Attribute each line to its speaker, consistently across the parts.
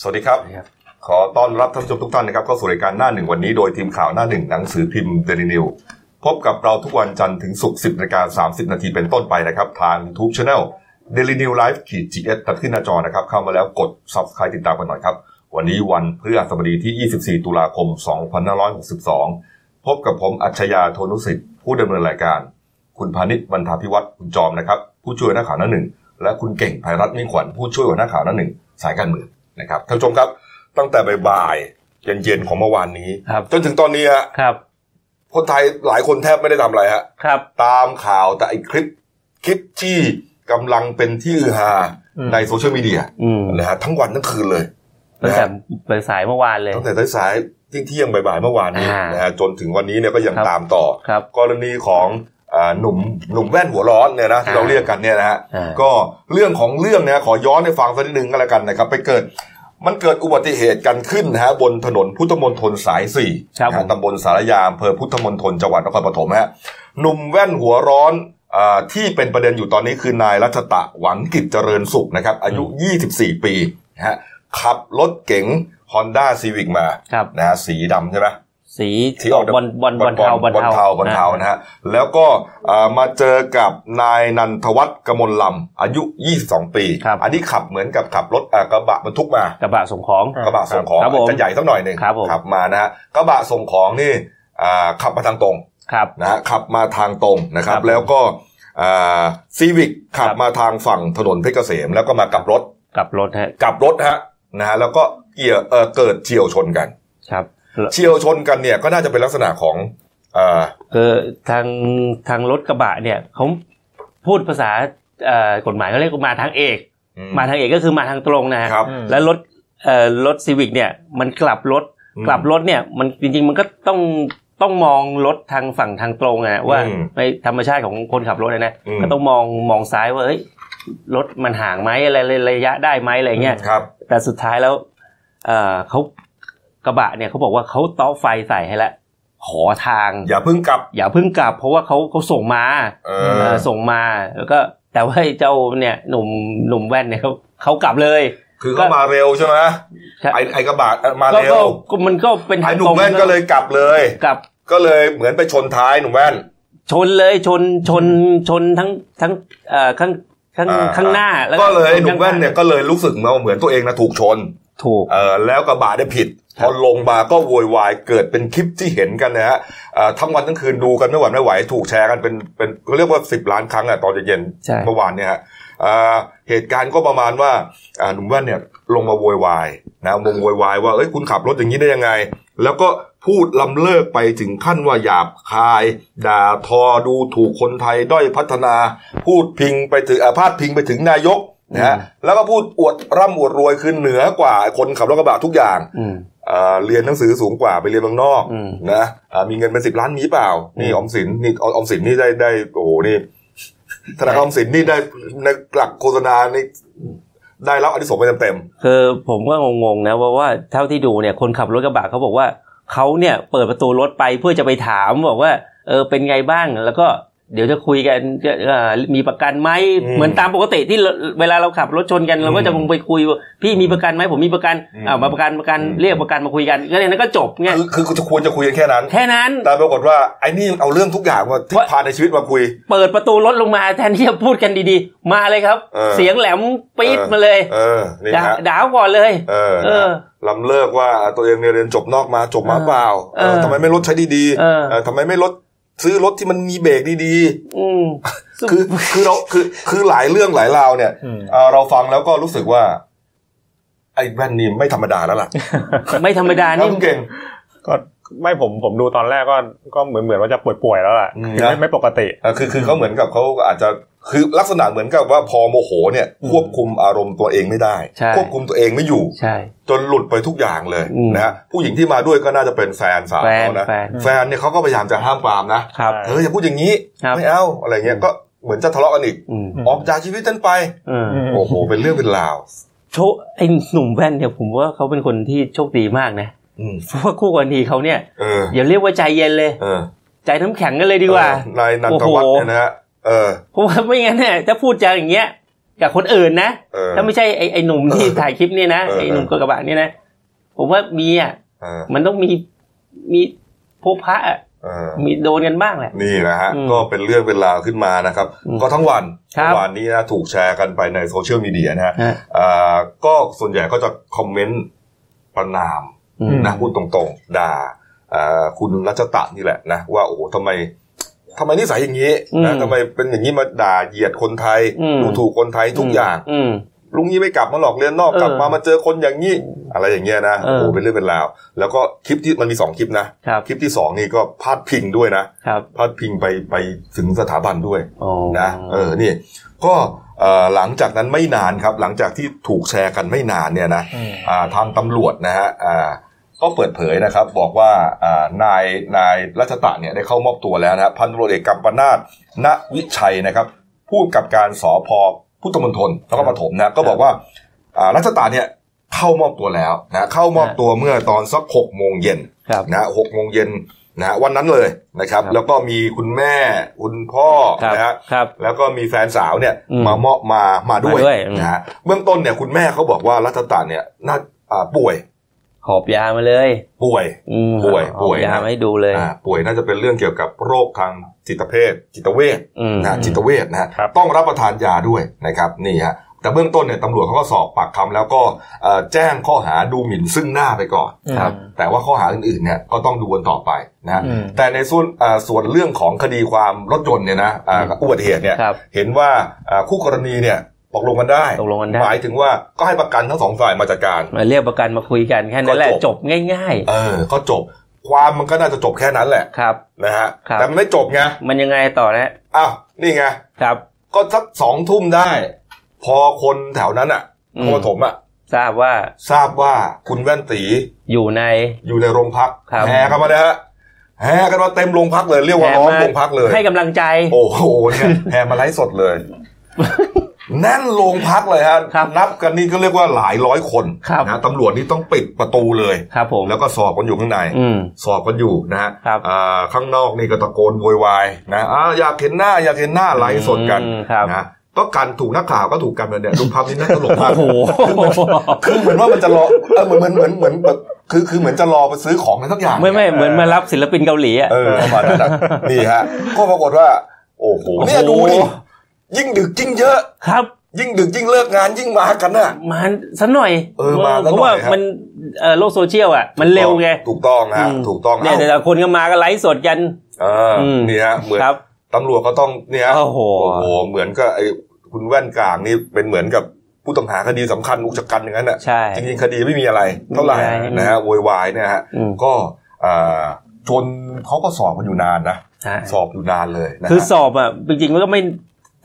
Speaker 1: สวัสดีครับ ขอต้อนรับท่านผู้ชมทุกท่านนะครับเข้าสู่รายการหน้าหนึ่งวันนี้โดยทีมข่าวหน้าหนึ่งหนังสือพิมพ์เดลินิวพบกับเราทุกวันจันทร์ถึงศุกร์สิบนาฬิกาสามสิบนาทีเป็นต้นไปนะครับ ทางทูบช anel เดลินิวไลฟ์ขีดจีเอสตัดขึ้นหน้าจอนะครับ เข้ามาแล้วกดซับสไครต์ติดตามกันหน่อยครับ วันนี้วันพฤหัสบดีที่ 24 ตุลาคม 2562 พบกับผมอัจฉริยะโทนุสิทธิ์ผู้ดำเนินรายการ คุณพานิชบรรทาพิวัตรคุณจอมนะครับ ผู้ช่วยหน้าข่าวหน้าหนึ่งและคุณเก่งภัยรัตน์มิ่งขวัญผู้ช่วยหัวหน้าข่าวหน้าหนึ่งสายการเมืองนะครับท่านผู้ชมครับ ตั้งแต่บ่ายๆเย็นๆของเมื่อวานนี้
Speaker 2: ครับ
Speaker 1: จนถึงตอนนี้ฮะ
Speaker 2: ครับ
Speaker 1: คนไทยหลายคนแทบไม่ได้ทำอะไรฮะ
Speaker 2: ครับ
Speaker 1: ตามข่าวแต่ไอีคลิปคลิปที่กำลังเป็นที่ฮือฮา
Speaker 2: อืม
Speaker 1: ในโซเชียลมีเดีย
Speaker 2: อืม
Speaker 1: นะฮะทั้งวันทั้งคืนเลย
Speaker 2: ตั้ง
Speaker 1: นะ
Speaker 2: แต่
Speaker 1: ฮะ
Speaker 2: สายๆเมื่อวานเลย
Speaker 1: ตั้งแต่สายๆเที่ยงๆบ่ายๆเมื่อวานนี้
Speaker 2: อ่าน
Speaker 1: นะฮะจนถึงวันนี้เนี่ยก็ยังตามต่อ
Speaker 2: ครับ
Speaker 1: กรณีของอ่าหนุ่มหนุ่มแว่นหัวร้อนเนี่ยนะที่เรา
Speaker 2: อ่า
Speaker 1: เรียกกันเนี่ยนะฮะ
Speaker 2: อ่า
Speaker 1: ก็เรื่องของเรื่องเนี่ยขอย้อนให้ฟังสักนิดนึงก็แล้วกันนะครับ ไปเกิดมันเกิดอุบัติเหตุกันขึ้นนะฮะบนถนนพุทธมนทนสายสี่
Speaker 2: ครับ
Speaker 1: นะ
Speaker 2: ผ
Speaker 1: ฮะ
Speaker 2: ม
Speaker 1: ตำบลสารยาอำเภอพุทธมนทนจังหวัดนครปฐมฮะหนุ่มแว่นหัวร้อนอ่าที่เป็นประเด็นอยู่ตอนนี้คือนายรัชตะหวังกิจเจริญสุขนะครับ อายุ 24 ปีนะฮะขับรถเก๋ง Honda Civic มา
Speaker 2: ครับ
Speaker 1: นะฮะสีดำใช่ไหม
Speaker 2: สี
Speaker 1: สีออกดำ
Speaker 2: บอลบอลบอลเทาบอล
Speaker 1: บอลเทา
Speaker 2: เทา
Speaker 1: บอลเทานะฮะแล้วก็เอ่อมาเจอกับนายนันทวัฒน์กมลลำอายุ 22 ปี อันนี้ขับเหมือนกับขับรถเอ่อกระบะบรรทุกมา
Speaker 2: กระบะส่งของ
Speaker 1: กระบะส่งของ
Speaker 2: ครับผม
Speaker 1: อาจจะใหญ่สักหน่อยหนึ่ง
Speaker 2: ครับผม
Speaker 1: ขับมานะฮะกระบะส่งของนี่อ่าขับมาทางตรง
Speaker 2: ครับ
Speaker 1: นะฮะขับมาทางตรงนะครับ
Speaker 2: ครับ
Speaker 1: แล้วก็ซีวิกขับ
Speaker 2: ครับ
Speaker 1: มาทางฝั่งถนนเพชรเกษม แล้วก็มากลับรถ
Speaker 2: กลับรถฮะ
Speaker 1: กลับรถฮะนะฮะแล้วก็เกี่ยวเอ่อเกิดเฉียวชนกัน
Speaker 2: ครับ
Speaker 1: เฉียวชนกันเนี่ยก็น่าจะเป็นลักษณะของเอ่อ
Speaker 2: คือทางทางรถกระบะเนี่ยเขาพูดภาษาเอ่อกฎหมายเขาเรียกว่ามาทางเอก
Speaker 1: อื
Speaker 2: มาทางเอกก็คือมาทางตรงนะฮะ
Speaker 1: ครับ
Speaker 2: แล้วรถเอ่อรถซีวิกเนี่ยมันกลับรถ
Speaker 1: อืม
Speaker 2: กลับรถเนี่ยมันจริงๆ มันก็ต้องต้องมองรถทางฝั่งทางตรงอะว่า
Speaker 1: อืม
Speaker 2: ในธรรมชาติของคนขับรถอะนะ
Speaker 1: อืม
Speaker 2: ก็ต้องมองมองซ้ายว่าเฮ้ยรถมันห่างไหมอะไรระยะได้ไหมอะไรเงี้ย
Speaker 1: ครับ
Speaker 2: แต่สุดท้ายแล้วเอ่อเขากระบะเนี่ยเขาบอกว่าเขาเต้อไฟใส่ให้แล้วขอทาง
Speaker 1: อย่าเพิ่งกลับ
Speaker 2: อย่าเพิ่งกลับ เพราะว่าเขาเขาส่งมา
Speaker 1: เออ
Speaker 2: เออส่งมาแล้วก็แต่ว่าไอ้เจ้าเนี่ยหนุ่มหนุ่มแว่นเนี่ยเขาเขากลับเลย
Speaker 1: คือเขามาเร็วใช่ไหม
Speaker 2: ใช่
Speaker 1: ไอไอกระบะมา
Speaker 2: ก็
Speaker 1: เร็
Speaker 2: ก็
Speaker 1: ว
Speaker 2: ก็มันก็เป็น
Speaker 1: ไอ
Speaker 2: ทาง
Speaker 1: หนุ่
Speaker 2: ตร
Speaker 1: ม
Speaker 2: ง
Speaker 1: แว่นก็เลยกลับเลย
Speaker 2: กลับ
Speaker 1: ก็เลยเหมือนไปชนท้ายหนุ่มแว่น
Speaker 2: ชนเลยชนชนชนทั้งทั้งเอ่อข้างข้าง
Speaker 1: อ่า
Speaker 2: ข้างหน้าแล้ว
Speaker 1: ก็เลย
Speaker 2: ช
Speaker 1: ไอ้หนุ่มแว่นเนี่ยก็เลยรู้สึกมาเหมือนตัวเองนะถูกชน
Speaker 2: ถูก
Speaker 1: เออแล้วกระบะได้ผิด พ
Speaker 2: ครั
Speaker 1: อบ ลงมาก็โวยวายเกิดเป็นคลิปที่เห็นกันนะฮะเอ่อทั้งวันทั้งคืนดูกันไม่หวั่นไม่ไหว ถูกแชร์กันเป็นเป็นเขาเรียกว่าสิบล้านครั้งอะตอนเย็นๆ
Speaker 2: ใช่
Speaker 1: เมื่อวานเนี่ยฮะอ่าเหตุการณ์ก็ประมาณว่าอ่าหนุ่มแว่นเนี่ยลงมาโวยวายนะมงโวยวายว่าเอ้ยคุณขับรถอย่างนี้ได้ยังไง แล้วก็พูดลำเลิกไปถึงขั้นว่าหยาบคาย ด่าทอดูถูกคนไทยด้อยพัฒนา พูดพิงไปถึงอาพาดพิงไปถึงนายกนะฮะแล้วก็พูดอวดร่ำอวดรวยคือเหนือกว่าคนขับรถกระบะทุกอย่าง
Speaker 2: อืม
Speaker 1: อ่าเรียนหนังสือสูงกว่าไปเรียนเมืองนอก
Speaker 2: อืม
Speaker 1: นะอ่ามีเงินเป็นสิบล้านมีเปล่านี่ออมสินนี่ออมสินนี่ได้ได้โอ้โหนี่ ธนาคารออมสินนี่ได้ในหลักโฆษณาในได้รับอันนี้สงส์ไปเต็ม
Speaker 2: คือผมก็งงๆนะว่าว่าเท่าที่ดูเนี่ยคนขับรถกระบะเขาบอกว่าเขาเนี่ยเปิดประตูรถไปเพื่อจะไปถามบอกว่าเออเป็นไงบ้างแล้วก็เดี๋ยวจะคุยกันเอ่อมีประกันไหม
Speaker 1: อืม
Speaker 2: เหมือนตามปกติที่เราเวลาเราขับรถชนกันเราก็จะคงไปคุยว่าพี่มีประกันไหมผมมีประกัน
Speaker 1: อืม
Speaker 2: อ่ามาประกันประกัน
Speaker 1: อืม
Speaker 2: เรียกประกันมาคุยกันก็เลยนั้นก็จบ
Speaker 1: ๆ
Speaker 2: ไง
Speaker 1: คือคือจะควรจะคุยกันแค่นั้น
Speaker 2: แค่นั้น
Speaker 1: แต่ปรากฏว่าไอ้นี่เอาเรื่องทุกอย่างมาที่
Speaker 2: ว่า
Speaker 1: พาในชีวิตมาคุย
Speaker 2: เปิดประตูรถลงมาแทนที่จะพูดกันดีๆ มาเลยครับ
Speaker 1: เออ
Speaker 2: เสียงแหลมปี๊ด
Speaker 1: เออ
Speaker 2: มาเลย
Speaker 1: เออนี่
Speaker 2: ด่า
Speaker 1: ฮะ
Speaker 2: ด่าก่อนเลย
Speaker 1: เออ
Speaker 2: เออ
Speaker 1: ลำเลิกว่าตัวเองเนี่ยเรียนจบนอกมาจบมา
Speaker 2: เออ
Speaker 1: เปล่าเออ
Speaker 2: เออ
Speaker 1: ทำไมไม่ลดใช้ดี
Speaker 2: เออ
Speaker 1: เออทำไมไม่ลดซื้อรถที่มันมีเบรกดี
Speaker 2: อื ม
Speaker 1: ๆ คือคือเราคือคือหลายเรื่องหลายราวเนี่ยเอ่อเราฟังแล้วก็รู้สึกว่า ไอ้แว่นนี่ไม่ธรรมดาแล้วล่ะ
Speaker 2: ไม่ธรรมดา
Speaker 1: ครับ
Speaker 2: นี่
Speaker 1: คุณเก่ง
Speaker 3: ก็ไม่ผมผมดูตอนแรกก็ก็เหมือนเหมือนว่าจะป่วยป่วยๆแล้วล่ะ
Speaker 1: อืม
Speaker 3: คือ
Speaker 1: นะ
Speaker 3: ไม่ไม่ปกติ
Speaker 1: อ่ะคือคือเขาเหมือนกับเขาอาจจะคือลักษณะเหมือนกับว่าพอโมโหเนี่ยควบคุมอารมณ์ตัวเองไม่ได้
Speaker 2: ใช่
Speaker 1: ควบคุมตัวเองไม่อยู่
Speaker 2: ใช่
Speaker 1: จนหลุดไปทุกอย่างเลย
Speaker 2: อืม
Speaker 1: นะฮะผู้หญิงที่มาด้วยก็น่าจะเป็นแฟนสาว
Speaker 2: แฟน
Speaker 1: เขานะ
Speaker 2: แฟน
Speaker 1: แฟนเนี่ยเขาก็พยายามจะห้ามปรามนะครับ เธออย่าพูดอย่างนี้
Speaker 2: ครับ
Speaker 1: ไม่เอาอะไรเงี้ยก็เหมือนจะทะเลาะกันอีก
Speaker 2: อืม
Speaker 3: ม
Speaker 1: ออกจากชีวิตฉันไป
Speaker 2: เออ
Speaker 3: อืม
Speaker 1: โอ้โห เป็นเรื่องเป็นราว
Speaker 2: โชคไอ้หนุ่มแว่นเนี่ยผมว่าเขาเป็นคนที่โชคดีมากนะ
Speaker 1: อืม
Speaker 2: เพราะว่าคู่กรณีเขาเนี่ย
Speaker 1: เออ
Speaker 2: อย่าเรียกว่าใจเย็นเลย
Speaker 1: เออ
Speaker 2: ใจน้ำแข็งกันเลยดีกว่า
Speaker 1: เออนายนันทวัฒน์เนี่ยนะฮะเออ
Speaker 2: เพราะว่าไม่งั้นเนี่ยถ้าพูดจาอย่างเงี้ย กับคนอื่นนะ
Speaker 1: เออ
Speaker 2: ถ้าไม่ใช่ไอ้ไอ้หนุ่มที่ถ่ายคลิปเนี่ยนะ
Speaker 1: เออ
Speaker 2: ไอ้หนุ่มกระบะเนี่ยนะผมว่ามีอ่ะ
Speaker 1: เออ
Speaker 2: มันต้องมีมีพบพระอ่ะ
Speaker 1: เออ
Speaker 2: มีโดนกันบ้างแหละ
Speaker 1: นี่นะฮะ
Speaker 2: อืม
Speaker 1: ก็เป็นเรื่องเป็นราวขึ้นมานะครับ
Speaker 2: อืม
Speaker 1: ก็ทั้งวัน
Speaker 2: ครับ
Speaker 1: เมื่อวานนี้นะถูกแชร์กันไปในโซเชียลมีเดียนะฮะ
Speaker 2: ฮะ
Speaker 1: อ่าก็ส่วนใหญ่ก็จะคอมเมนต์ประนาม
Speaker 2: อืม
Speaker 1: นะพูดตรงๆ ด่าอ่าคุณรัชตะนี่แหละนะว่าโอ้โหทำไมทำไมนิสัยอย่างนี้นะ
Speaker 2: อืม
Speaker 1: ทำไมเป็นอย่างนี้มาด่าเหยียดคนไทย
Speaker 2: อืม
Speaker 1: ดูถูกคนไทยทุกอย่าง
Speaker 2: อืม
Speaker 1: ลุงนี้ไม่กลับมาหลอกเรียนนอก
Speaker 2: เออก
Speaker 1: ลับมามาเจอคนอย่างนี้อะไรอย่างเงี้ยนะ
Speaker 2: เอ
Speaker 1: โอ้
Speaker 2: อ
Speaker 1: โหเป็นเรื่องเป็นราว แล้วก็คลิปที่มันมีสองคลิปนะครับคลิปที่สองนี่ก็พาดพิงด้วยนะ
Speaker 2: ครับ
Speaker 1: พาดพิงไปไปถึงสถาบันด้วย
Speaker 2: โอ้
Speaker 1: นะเออนี่ก็เอ่อหลังจากนั้นไม่นานครับ หลังจากที่ถูกแชร์กันไม่นานเนี่ยนะอ่าทางตำรวจนะฮะอ่าก็เปิดเผยนะครับ บอกว่าอ่านายนายรัชตะเนี่ยได้เข้ามอบตัวแล้วนะฮะพันตำรวจเอกกัมปนาตณวิชัยนะครับผู้กำกับการสอพพุทธมณฑลแล้วก็ปฐมนะก็บอกว่าอ่ารัชตะเนี่ยเข้ามอบตัวแล้วนะเข้ามอบตัวเมื่อตอนสักหกโมงเย็น
Speaker 2: ครับ
Speaker 1: นะหกโมงเย็นนะวันนั้นเลยนะครับ
Speaker 2: ครับ
Speaker 1: แล้วก็มีคุณแม่คุณพ่อ
Speaker 2: ครับ
Speaker 1: นะฮะ
Speaker 2: ครับ
Speaker 1: แล้วก็มีแฟนสาวเนี่ย
Speaker 2: อืม
Speaker 1: มาเมาะมามาด้วย
Speaker 2: มาด้วยอืม
Speaker 1: นะฮะเบื้องต้นเนี่ยคุณแม่เขาบอกว่ารัชตาเนี่ยน่าอ่าป่วย
Speaker 2: หอบยามาเลย
Speaker 1: ป่วย
Speaker 2: อืม
Speaker 1: ป่วย
Speaker 2: หอบ
Speaker 1: ป่วย
Speaker 2: ยา
Speaker 1: นะ
Speaker 2: มาให้ดูเลย
Speaker 1: อ่าป่วยน่าจะเป็นเรื่องเกี่ยวกับโรคทางจิตเภทจิตเวช
Speaker 2: อืม
Speaker 1: นะฮะจิตเวชนะฮะ
Speaker 3: ครับ
Speaker 1: ต้องรับประทานยาด้วยนะครับนี่ฮะแต่เบื้องต้นเนี่ยตำรวจเขาก็สอบปากคำแล้วก็เอ่อแจ้งข้อหาดูหมิ่นซึ่งหน้าไปก่อน
Speaker 2: ครับ
Speaker 1: แต่ว่าข้อหาอื่นๆเนี่ยก็ต้องดูกันต่อไปนะฮะ
Speaker 3: อืม
Speaker 1: แต่ในส่วนอ่าส่วนเรื่องของคดีความรถยนต์เนี่ยนะอ่า
Speaker 2: อืม
Speaker 1: อุบัติเหตุเนี่ย
Speaker 2: ครับ
Speaker 1: เห็นว่าอ่าคู่กรณีเนี่ยตกลงกันได้
Speaker 2: ตกลงกันได้
Speaker 1: หมายถึงว่าก็ให้ประกันทั้งสองฝ่ายมาจัดการ
Speaker 2: มาเรียกประกันมาคุยกันแค่นั้นแหละ
Speaker 1: ก็
Speaker 2: จ
Speaker 1: จ
Speaker 2: บบ ง่าย
Speaker 1: เออก็จบความมันก็น่าจะจบแค่นั้นแหละ
Speaker 2: ๆ ครับ
Speaker 1: นะฮะ
Speaker 2: ครับ
Speaker 1: แต่มันไม่จบไง
Speaker 2: มันยังไงต่อนะ
Speaker 1: อ้าวนี่ไง
Speaker 2: ครับ
Speaker 1: ก็สักสองทุ่มได้ พอคนแถวนั้นอ่ะ
Speaker 2: อืม
Speaker 1: โคถมอ่ะ
Speaker 2: ทราบว่า
Speaker 1: ทราบว่าคุณแว่นตี
Speaker 2: อยู่ใน
Speaker 1: อยู่ในโรงพัก
Speaker 2: ครับ
Speaker 1: แห่กันมาเลยฮะแห่กันมาเต็มโรงพักเลยเรียกว่าล้อมโรงพักเลย
Speaker 2: ให้กำลังใจ
Speaker 1: โอ้โหเนี่ยแห่มาไลฟ์สดเลย แน่นโรงพักเลยฮะ
Speaker 2: ครับ
Speaker 1: นับกันนี่ก็เรียกว่าหลายร้อยคน
Speaker 2: ครับ
Speaker 1: นะตำรวจนี่ต้องปิดประตูเลย
Speaker 2: ครับผม
Speaker 1: แล้วก็สอบกันอยู่ข้างใน
Speaker 2: อืม
Speaker 1: สอบกันอยู่นะฮะ
Speaker 2: ครับ
Speaker 1: อ่าข้างนอกนี่ก็ตะโกนโวยวายนะอ่าอยากเห็นหน้าอยากเห็นหน้าไลฟ์สดกัน
Speaker 2: อืมครับ
Speaker 1: นะก็การถูกนักข่าวก็ถูกกันเลยเนี่ยดูภาพนี้น่าตลกมาก
Speaker 2: โอ้โห
Speaker 1: คือเหมือนว่ามันจะรอเออเหมือนเหมือนเหมือนเหมือนแบบคือคือเหมือนจะรอไปซื้อของอะไรสักอย่าง
Speaker 2: ไม่ไม่เหมือนมารับศิลปินเกาหลีอ่ะ
Speaker 1: เออประมาณนั้นอะ นี่ฮะ ก็ปรากฏว่า โอ้โห เนี่ย
Speaker 2: โอ้
Speaker 1: ดู
Speaker 2: โห
Speaker 1: ดิ ยิ่งดึกยิ่งเยอะ
Speaker 2: ครับ
Speaker 1: ยิ่งดึกยิ่งเลิกงานยิ่งมากันน่ะ
Speaker 2: มาสักหน่อย
Speaker 1: เออมาสักหน่อย
Speaker 2: เพราะว่า
Speaker 1: ครับ
Speaker 2: มันเอ่อโลกโซเชียลอ่ะ มันเร็วไง
Speaker 1: ถูกต้องฮะ
Speaker 2: ม
Speaker 1: ถูกต้อง
Speaker 2: เนี่ยแต่
Speaker 1: เอ้า
Speaker 2: ละคนก็มาก็ไลฟ์สดกัน
Speaker 1: เอออ
Speaker 2: ม
Speaker 1: นี่ฮะ เหมือน
Speaker 2: ครับ
Speaker 1: ตำรวจก็ต้อง เนี่ย
Speaker 2: โอ้โห
Speaker 1: เหมือนกับไอ้คุณแว่นกลางนี่เป็นเหมือนกับผู้ต้องหาคดีสำคัญอุกชะกันอย่างนั้นน่ะ
Speaker 2: ใช่
Speaker 1: จริงๆคดีไม่มีอะไร เท่าไหร่
Speaker 2: ไม่มีอะไร
Speaker 1: นะฮะโวยวายเนี่ยฮะ
Speaker 2: อืม
Speaker 1: ก็อ่าจนเขาก็สอบกันอยู่นานนะ
Speaker 2: ใช่
Speaker 1: สอบอยู่นานเลยนะฮะ
Speaker 2: คือสอบอ่ะจริงๆมันก็ไม่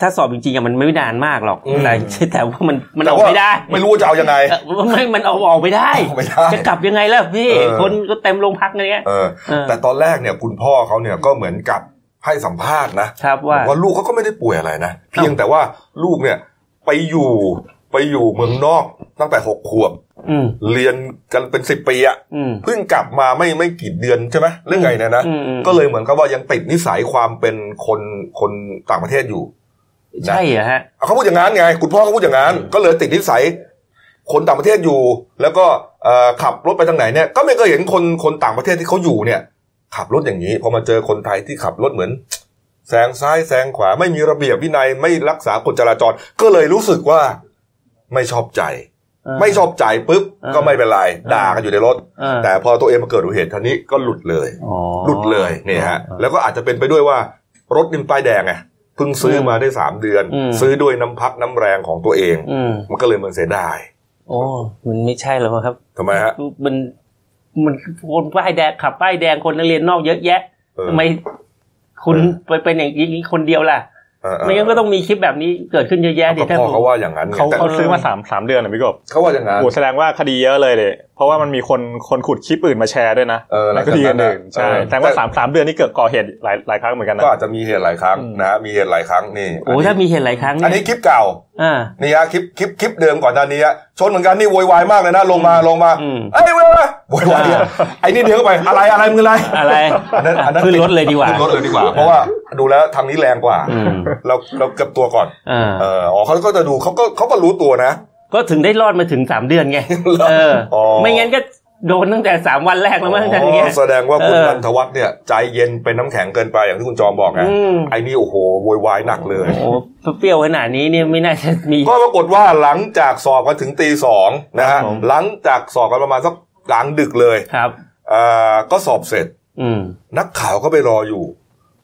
Speaker 2: ถ้าสอบจริงๆอ่ะมันไม่นานมากหรอก
Speaker 1: อืม
Speaker 2: แต่ แต่ว่ามันมันอ
Speaker 1: แต่
Speaker 2: อก
Speaker 1: ว่า
Speaker 2: ไม่ได้
Speaker 1: ไม่รู้ว่าจะเอายังไง
Speaker 2: เออไม่มันออกออกไม่ได้
Speaker 1: ไม่ได้
Speaker 2: จะกลับยังไงล่ะพี่
Speaker 1: เออ
Speaker 2: คนก็เต็มโรงพักอะไรเงี้ย
Speaker 1: เออ
Speaker 2: เออ
Speaker 1: แต่ตอนแรกเนี่ยคุณพ่อเขาเนี่ยก็เหมือนกับให้สัมภาษณ์นะครับ
Speaker 2: ว่า
Speaker 1: ว่าลูกเขาก็ไม่ได้ป่วยอะไรนะ เพียงแต่ว่าลูกเนี่ยไปอยู่ไปอยู่เมืองนอกตั้งแต่หกขวบ
Speaker 2: อืม
Speaker 1: เรียนกันเป็นสิบปีอะ
Speaker 2: อืม
Speaker 1: เพิ่งกลับมาไม่ไม่กี่เดือนใช่ไหมเรื่องไงเนี่ยนะ
Speaker 2: อืมอืม
Speaker 1: ก็เลยเหมือนกับว่ายังติดนิสัยความเป็นคนคนต่างประเทศอยู่
Speaker 2: ใช่เหรอฮะ
Speaker 1: เขาพูดอย่างนั้นไงคุณพ่อเขาพูดอย่างนั้นก็เลยติดนิสัย คนต่างประเทศอยู่ แล้วก็เอ่อขับรถไปทางไหนเนี่ยก็ไม่เคยเห็นคนคนต่างประเทศที่เขาอยู่เนี่ย ขับรถอย่างนี้พอมาเจอคนไทยที่ขับรถเหมือนแซงซ้ายแซงขวาไม่มีระเบียบวินัยไม่รักษากฎจราจร ก็เลยรู้สึกว่าไม่ชอบใจ ไม่ชอบใจปุ๊บ
Speaker 2: เออ
Speaker 1: ก็ไม่เป็นไร
Speaker 2: เออ
Speaker 1: ด่ากันอยู่ในรถ
Speaker 2: เออ
Speaker 1: แต่พอตัวเองมาเกิดอุบัติเหตุครั้งนี้ก็หลุดเลย
Speaker 2: อ๋อ
Speaker 1: หลุดเลยเนี่ยฮะ แล้วก็อาจจะเป็นไปด้วยว่ารถนิมป้ายแดงไงเพิ่งซื้อมาได้สามเดือน ซื้อด้วยน้ำพักน้ำแรงของตัวเอง
Speaker 2: อืม
Speaker 1: มันก็เลยเหมือนเสียดาย
Speaker 2: โอ้มันไม่ใช่แล้วมั้งครับ
Speaker 1: ทำไมฮะ
Speaker 2: มันมันคนป้ายแดงขับป้ายแดงคนนักเรียนนอกเยอะแยะ
Speaker 1: เออ
Speaker 2: ทำไมคุณไปเป็นอย่างนี้คนเดียวล่ะ
Speaker 1: เออเออ
Speaker 2: ไม่งั้นก็ต้องมีคลิปแบบนี้เกิดขึ้นเยอะแยะดิ
Speaker 1: ก็
Speaker 2: ถ้า
Speaker 1: พ่อ
Speaker 2: ผม
Speaker 1: เขาว่าอย่างนั้นไง
Speaker 3: เขา
Speaker 1: แต่
Speaker 3: เขาซื้อมาสามสามเดือนนะพี่กบ
Speaker 1: เขาว่าอย่างนั้น
Speaker 3: โอ้แสดงว่าคดีเยอะเลยเลยเพราะว่ามันมีคนคนขุดคลิปอื่นมาแชร์ด้วยนะ
Speaker 1: เออหลั
Speaker 3: ใน
Speaker 1: ง
Speaker 3: ค
Speaker 1: จาก
Speaker 3: ดี
Speaker 1: นั้
Speaker 3: อื่
Speaker 1: นอะ
Speaker 3: นๆใช่
Speaker 1: เออ
Speaker 3: แต่ว่าสามสามเดือนนี่เกิดก่อเหตุหลายหลายครั้งเหมือนกันนะ
Speaker 1: ก็อาจจะมีเหตุหลายครั้ง
Speaker 3: อืม
Speaker 1: นะฮะมีเหตุหลายครั้งนี่
Speaker 2: โอ้
Speaker 1: นนี้
Speaker 2: ถ้ามีเห็นหลายครั้ง
Speaker 1: อัน
Speaker 2: เนี่
Speaker 1: นี้
Speaker 2: ย
Speaker 1: คลิปเก่า
Speaker 2: อ่า
Speaker 1: นี่ฮะคลิปคลิปคลิปเดิมก่อนหน้านี้ฮะชนเหมือนกันนี่โวยวายมากเลยนะลงมาลงมา
Speaker 2: อืม
Speaker 1: เอ้ยเว้ยเว้ย โวยวายเนี่ยไอ้นี่เดี๋ยวเข้าไปอะไรอะไรมึงอะไร
Speaker 2: อะไร
Speaker 1: อันนั้นอันนั้น
Speaker 2: ขึ้นรถเลยดีกว่า
Speaker 1: ขึ้นรถเลยดีกว่า เพราะว่าดูแล้วทางนี้แรงกว่า
Speaker 2: อืม
Speaker 1: เราเราเก็บตัวก่อน
Speaker 2: อ่า
Speaker 1: เอออ๋อเขาก็จะดูเขาก็เขาก็รู้ตัวนะ
Speaker 2: ก็ถึงได้รอดมาถึงสามเดือน ไงเอออ
Speaker 1: อ
Speaker 2: ไม่งั้นก็โดนตั้งแต่สามวันแรกแล้วมั้งทั้งเนี้ย
Speaker 1: อ๋อแสดงว่าคุณ
Speaker 2: เออ
Speaker 1: นันทวัฒน์เนี่ย ใจเย็นเป็นน้ำแข็งเกินไปอย่างที่คุณจอมบอกไง
Speaker 2: อืม
Speaker 1: ไอ้นี่โอ้โหโวยวายหนักเลย
Speaker 2: โอ้เปรี้ยวขนาดนี้เนี่ยไม่น่าจะมี
Speaker 1: ก็ปรากฏว่าหลังจากสอบกันถึงตีสองนะ
Speaker 2: ครั
Speaker 1: ฮะ
Speaker 2: บผม
Speaker 1: หลังจากสอบกันประมาณสักกลางดึกเลย
Speaker 2: ครับ
Speaker 1: เอ่อก็สอบเสร็จ
Speaker 2: อืม
Speaker 1: นักข่าวก็ไปรออยู่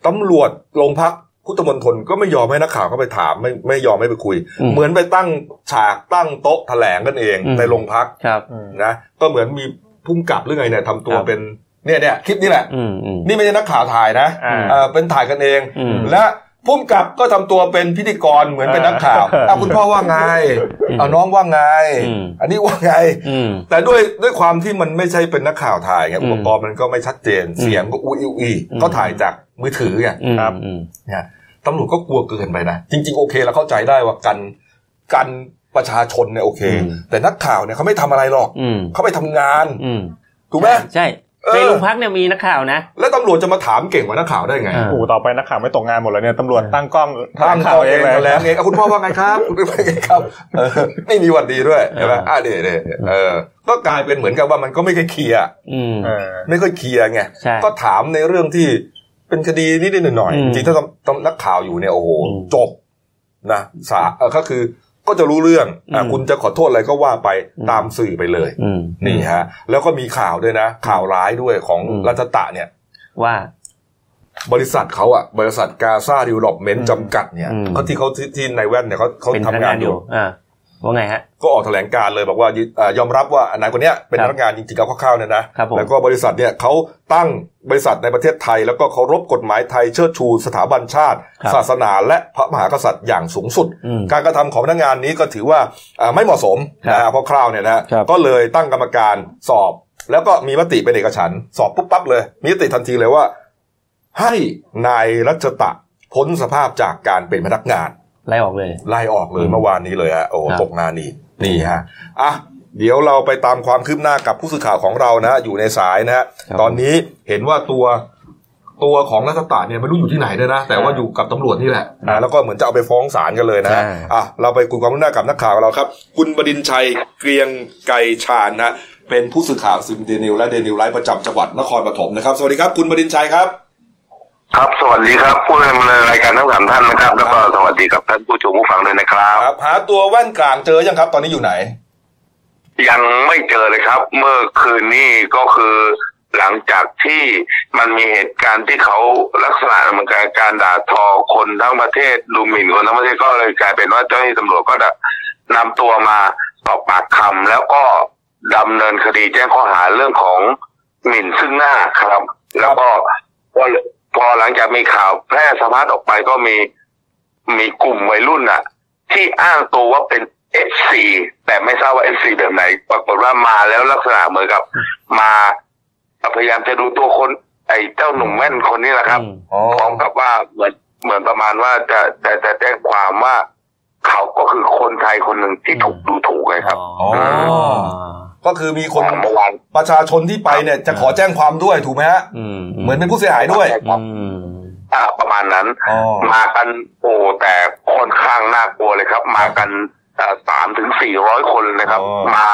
Speaker 1: ตำรวจโรงพักพุทธมณฑลก็ไม่ยอมให้นักข่าวเข้าไปถามไม่ไม่ยอมให้ไปคุย
Speaker 2: อืม
Speaker 1: เหมือนไปตั้งฉากตั้งโต๊ะแถลงกันเอง
Speaker 2: อืม
Speaker 1: ในโรงพัก
Speaker 2: ครับ
Speaker 3: อืม
Speaker 1: นะก็เหมือนมีพุ่มกลับหรือไงเนี่ยทำตัว
Speaker 2: ครับ
Speaker 1: เป็นเนี่ยเนี่ยคลิปนี้แหละ
Speaker 2: อืมอืม
Speaker 1: นี่ไม่ใช่นักข่าวถ่ายนะ
Speaker 3: อ่า
Speaker 1: เอ่อเป็นถ่ายกันเอง
Speaker 2: อืม
Speaker 1: และพุ่มกับก็ทำตัวเป็นพิธีกรเหมือนเป็นนัก ข่าว
Speaker 3: เออ
Speaker 1: เอาคุณพ่อว่าไง
Speaker 2: อืม
Speaker 1: เอาน้องว่าไง
Speaker 2: อืม
Speaker 1: อันนี้ว่าไง
Speaker 2: อืม
Speaker 1: แต่ด้วยด้วยความที่มันไม่ใช่เป็นนักข่าวถ่ายไง
Speaker 2: อืม
Speaker 1: อุปกรณ์มันก็ไม่ชัดเจน
Speaker 2: อืม
Speaker 1: เสียงก็อูอีอี
Speaker 2: อืม
Speaker 1: ก็ถ่ายจากมือถือไง
Speaker 2: อืม
Speaker 3: ครับ
Speaker 2: อืม
Speaker 1: เนี่ยตำรวจก็กลัวเกินไปนะ จริง ๆ โอเคเราเข้าใจได้ว่ากันกันประชาชนเนี่ยโอเค
Speaker 2: อืม
Speaker 1: แต่นักข่าวเนี่ยเขาไม่ทำอะไรหรอก
Speaker 2: อืม
Speaker 1: เขาไปทำงาน
Speaker 2: อืม
Speaker 1: ถูกไหม
Speaker 2: ใช่
Speaker 1: เออ
Speaker 2: ในโรงพักเนี่ยมีนักข่าวนะ
Speaker 1: แล้วตำรวจจะมาถามเก่งกว่านักข่าวได้ไง
Speaker 2: อ่า
Speaker 3: โอ้โหต่อไปนักข่าวไม่ตกงานหมดแล้วเนี่ยตำรวจตั้งกล้อง
Speaker 1: ตั้ง
Speaker 3: แถล
Speaker 1: ข่าวเอง
Speaker 3: ลย
Speaker 1: แถลงเองเอาคุณพ่อว่าไงครับคุณเป็นไงครับเออไม่มีหวัดดีด้วยใช่ไหมอ่าเดี๋ยวเดี๋ยวเดี๋ยวเออก็กลายเป็นเหมือนกับว่ามันก็ไม่ค่อยเคลียร์
Speaker 2: อืม
Speaker 3: เออ
Speaker 1: ไม่ค่อยเคลียร์ไง
Speaker 2: ใช่
Speaker 1: ก็ถามในเรื่องที่เป็นคดีนิดๆหน่อย
Speaker 2: อื
Speaker 1: ๆจ
Speaker 2: ม
Speaker 1: ริงๆถ้าตำนักข่าวอยู่เนี่ยโอ้โห
Speaker 2: อืม
Speaker 1: จบนะสาเออก็คือก็จะรู้เรื่องอ่ะ
Speaker 2: อืม
Speaker 1: คุณจะขอโทษอะไรก็ว่าไป
Speaker 2: อืม
Speaker 1: ตามสื่อไปเลย
Speaker 2: อืม
Speaker 1: นี่ฮะ แล้วก็มีข่าวด้วยนะ ข่าวร้ายด้วยของ
Speaker 2: อืม
Speaker 1: รัชตะเนี่ย
Speaker 2: ว่า
Speaker 1: บริษัทเขาอะบริษัทกาซาดิวลอปเมนต์จำกัดเนี่ย
Speaker 2: อืม
Speaker 1: เขาที่เขาที่ที่ในแว่นเนี่ยเขาเขา
Speaker 2: เป็นพนั
Speaker 1: ทำงาง
Speaker 2: กาน น
Speaker 1: อ
Speaker 2: อยู่ ยู่อ่าว่าไงฮะ
Speaker 1: ก็ออกแถลงการณ์เลยบอกว่ายึดเอ่อยอมรับว่านายคนเนี้ยเป็น
Speaker 2: ค
Speaker 1: พ
Speaker 2: รับ
Speaker 1: นักงานจริงๆเอาคร่าวๆเนี่ยนะครับ
Speaker 2: ผม
Speaker 1: แล้วก็บริษัทเนี่ยเขาตั้งบริษัทในประเทศไทย แล้วก็เคารพกฎหมายไทยเชิดชูสถาบันชาติ ศาสนาและพระมหากษัตริย์อย่างสูงสุด
Speaker 2: อืม
Speaker 1: การกระทำของพนักงานนี้ก็ถือว่าเอ่อไม่เหมาะสม
Speaker 2: ครับ
Speaker 1: นะฮะเพราะคร่าวเนี่ยนะฮะ
Speaker 2: ครับ
Speaker 1: ก็เลยตั้งกรรมการสอบ แล้วก็มีมติเป็นเอกฉันท์สอบปุ๊บปั๊บเลย มีมติทันทีเลยว่า ให้นายรัชตะพ้นสภาพจากการเป็นพนักงาน
Speaker 2: ไล่ออกเลย
Speaker 1: ไล่ออกเลย
Speaker 2: อืม
Speaker 1: เมื่อวานนี้เลยฮะโอ้โห
Speaker 2: ครับ
Speaker 1: ตกงานนี่นี่ฮะอ่ะเดี๋ยวเราไปตามความคืบหน้ากับผู้สื่อข่าวของเรานะฮะอยู่ในสายนะฮะ
Speaker 2: ครับ
Speaker 1: ตอนนี้เห็นว่าตัวตัวของรัชตาเนี่ยไม่รู้อยู่ที่ไหนด้วยนะ แต่ว่า
Speaker 2: อ่า
Speaker 1: อยู่กับตำรวจนี่แหละ
Speaker 2: ครั
Speaker 1: นะ
Speaker 2: บ
Speaker 1: แล้วก็เหมือนจะเอาไปฟ้องศาลกันเลยนะฮะ
Speaker 2: ใช่
Speaker 1: อ่ะเราไปคุยความคืบหน้ากับนักข่าวของเราครับ คุณบดินทร์ชัยเกรียงไกรชาญนะเป็นผู้สื่อข่าวซิมเดนิวและเดนิวไลฟ์ประจำจังหวัดนครปฐมนะครับสวัสดีครับคุณบดินทร์ชัยครับ
Speaker 4: ครับ สวัสดีครับผู้ดำเนินรายการทั้งสามท่านนะครับ แล้วก็สวัสดีกับท่านผู้ชมผู้ฟังด้วยนะครับ
Speaker 1: หาตัวแว่นกลางเจอยังครับ ตอนนี้อยู่ไหน
Speaker 4: ยังไม่เจอเลยครับ เมื่อคืนนี้ก็คือหลังจากที่มันมีเหตุการณ์ที่เขาลักษณะเหมือนกับการด่าทอคนทั้งประเทศดูหมิ่นคนทั้งประเทศก็เลยกลายเป็นว่าเจ้าหน้าที่ตำรวจก็นำตัวมาสอบปากคำแล้วก็ดำเนินคดีแจ้งข้อหาเรื่องของหมิ่นซึ่งหน้าครับ แล้วก็พอพอหลังจากมีข่าวแพร่สะพัดออกไปก็มี มีกลุ่มวัยรุ่นน่ะ ที่อ้างตัวว่าเป็นเอฟซีแต่ไม่ทราบว่าเอฟซีแบบไหน ปรากฏว่ามาแล้วลักษณะเหมือนกับ มาพยายามจะดูตัวคน ไอ้เจ้าหนุ่มแว่นคนนี้แหละครับ
Speaker 2: อืม
Speaker 4: พร้อมกับว่าเหมือนเหมือนประมาณว่าจะจะจะแจ้งความว่า เขาก็คือคนไทยคนหนึ่งที่ถูก
Speaker 2: อืม
Speaker 4: ดูถูกไงครับ
Speaker 2: อ๋อ
Speaker 1: ก็คือมีคน
Speaker 4: เมื่อวาน
Speaker 1: ประชาชนที่ไปเนี่ยจะขอแจ้งความด้วยถูกไหมฮะ
Speaker 2: อืม
Speaker 1: เหมือนเป็นผู้เสียหายด้วย
Speaker 2: อืม
Speaker 4: อ่าประมาณนั้น
Speaker 1: อ๋อ
Speaker 4: มากันโอ้แต่ค่อนข้างน่ากลัวเลยครับ มากันสามถึงสี่ร้อยคนนะครับ มา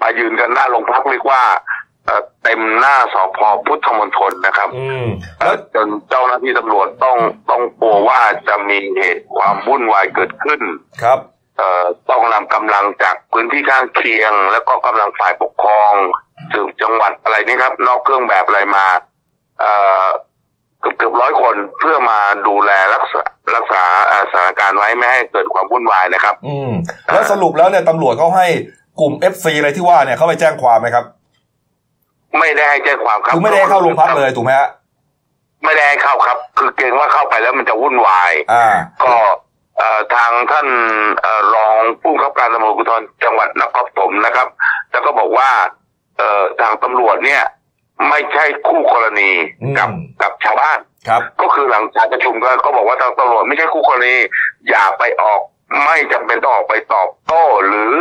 Speaker 4: มายืนกันหน้าโรงพักเรียกว่าเอ่อเต็มหน้าสพพุทธมณฑลนะครับ
Speaker 1: อืม
Speaker 4: เอ่
Speaker 1: แล้ว
Speaker 4: อจนเจ้าหน้าที่ตำรวจต้องต้องกลัวว่าจะมีเหตุความวุ่นวายเกิดขึ้น
Speaker 1: ครับ
Speaker 4: เอ่อต้องนำกำลังจากพื้นที่ข้างเคียง แล้วก็กำลังฝ่ายปกครองสืบจังหวัดอะไรนี่ครับ นอกเครื่องแบบอะไรมา เอ่อเกือบเกือบร้อยคนเพื่อมาดูแลรักษารักษาเอ่อสถานการณ์ไว้ไม่ให้เกิดความวุ่นวายนะครับ
Speaker 1: อืมแล้วสรุปแล้วเนี่ยตำรวจเขาให้กลุ่ม FC อะไรที่ว่าเนี่ยเขาไปแจ้งความไหมครับ
Speaker 4: ไม่ได้ให้แจ้งความครับ
Speaker 1: คือไม่ได้ให้เข้าโรงพักเลยถูกไหมฮะ
Speaker 4: ไม่ได้ให้เข้าครับ คือเกรงว่าเข้าไปแล้วมันจะวุ่นวาย
Speaker 1: อ่า
Speaker 4: ก็เอ่อทางท่านเอ่อรองผู้กำกับการตำรวจภูธรจังหวัดนครปฐมนะครับ แล้วก็บอกว่าเอ่อทางตำรวจเนี่ย ไม่ใช่คู่กรณี
Speaker 1: อืม
Speaker 4: กับกับชาวบ้าน
Speaker 1: ครับ
Speaker 4: ก็คือหลังจากประชุมก็ก็บอกว่าทางตำรวจไม่ใช่คู่กรณีอย่าไปออก ไม่จำเป็นต้องออกไปตอบโต้หรือ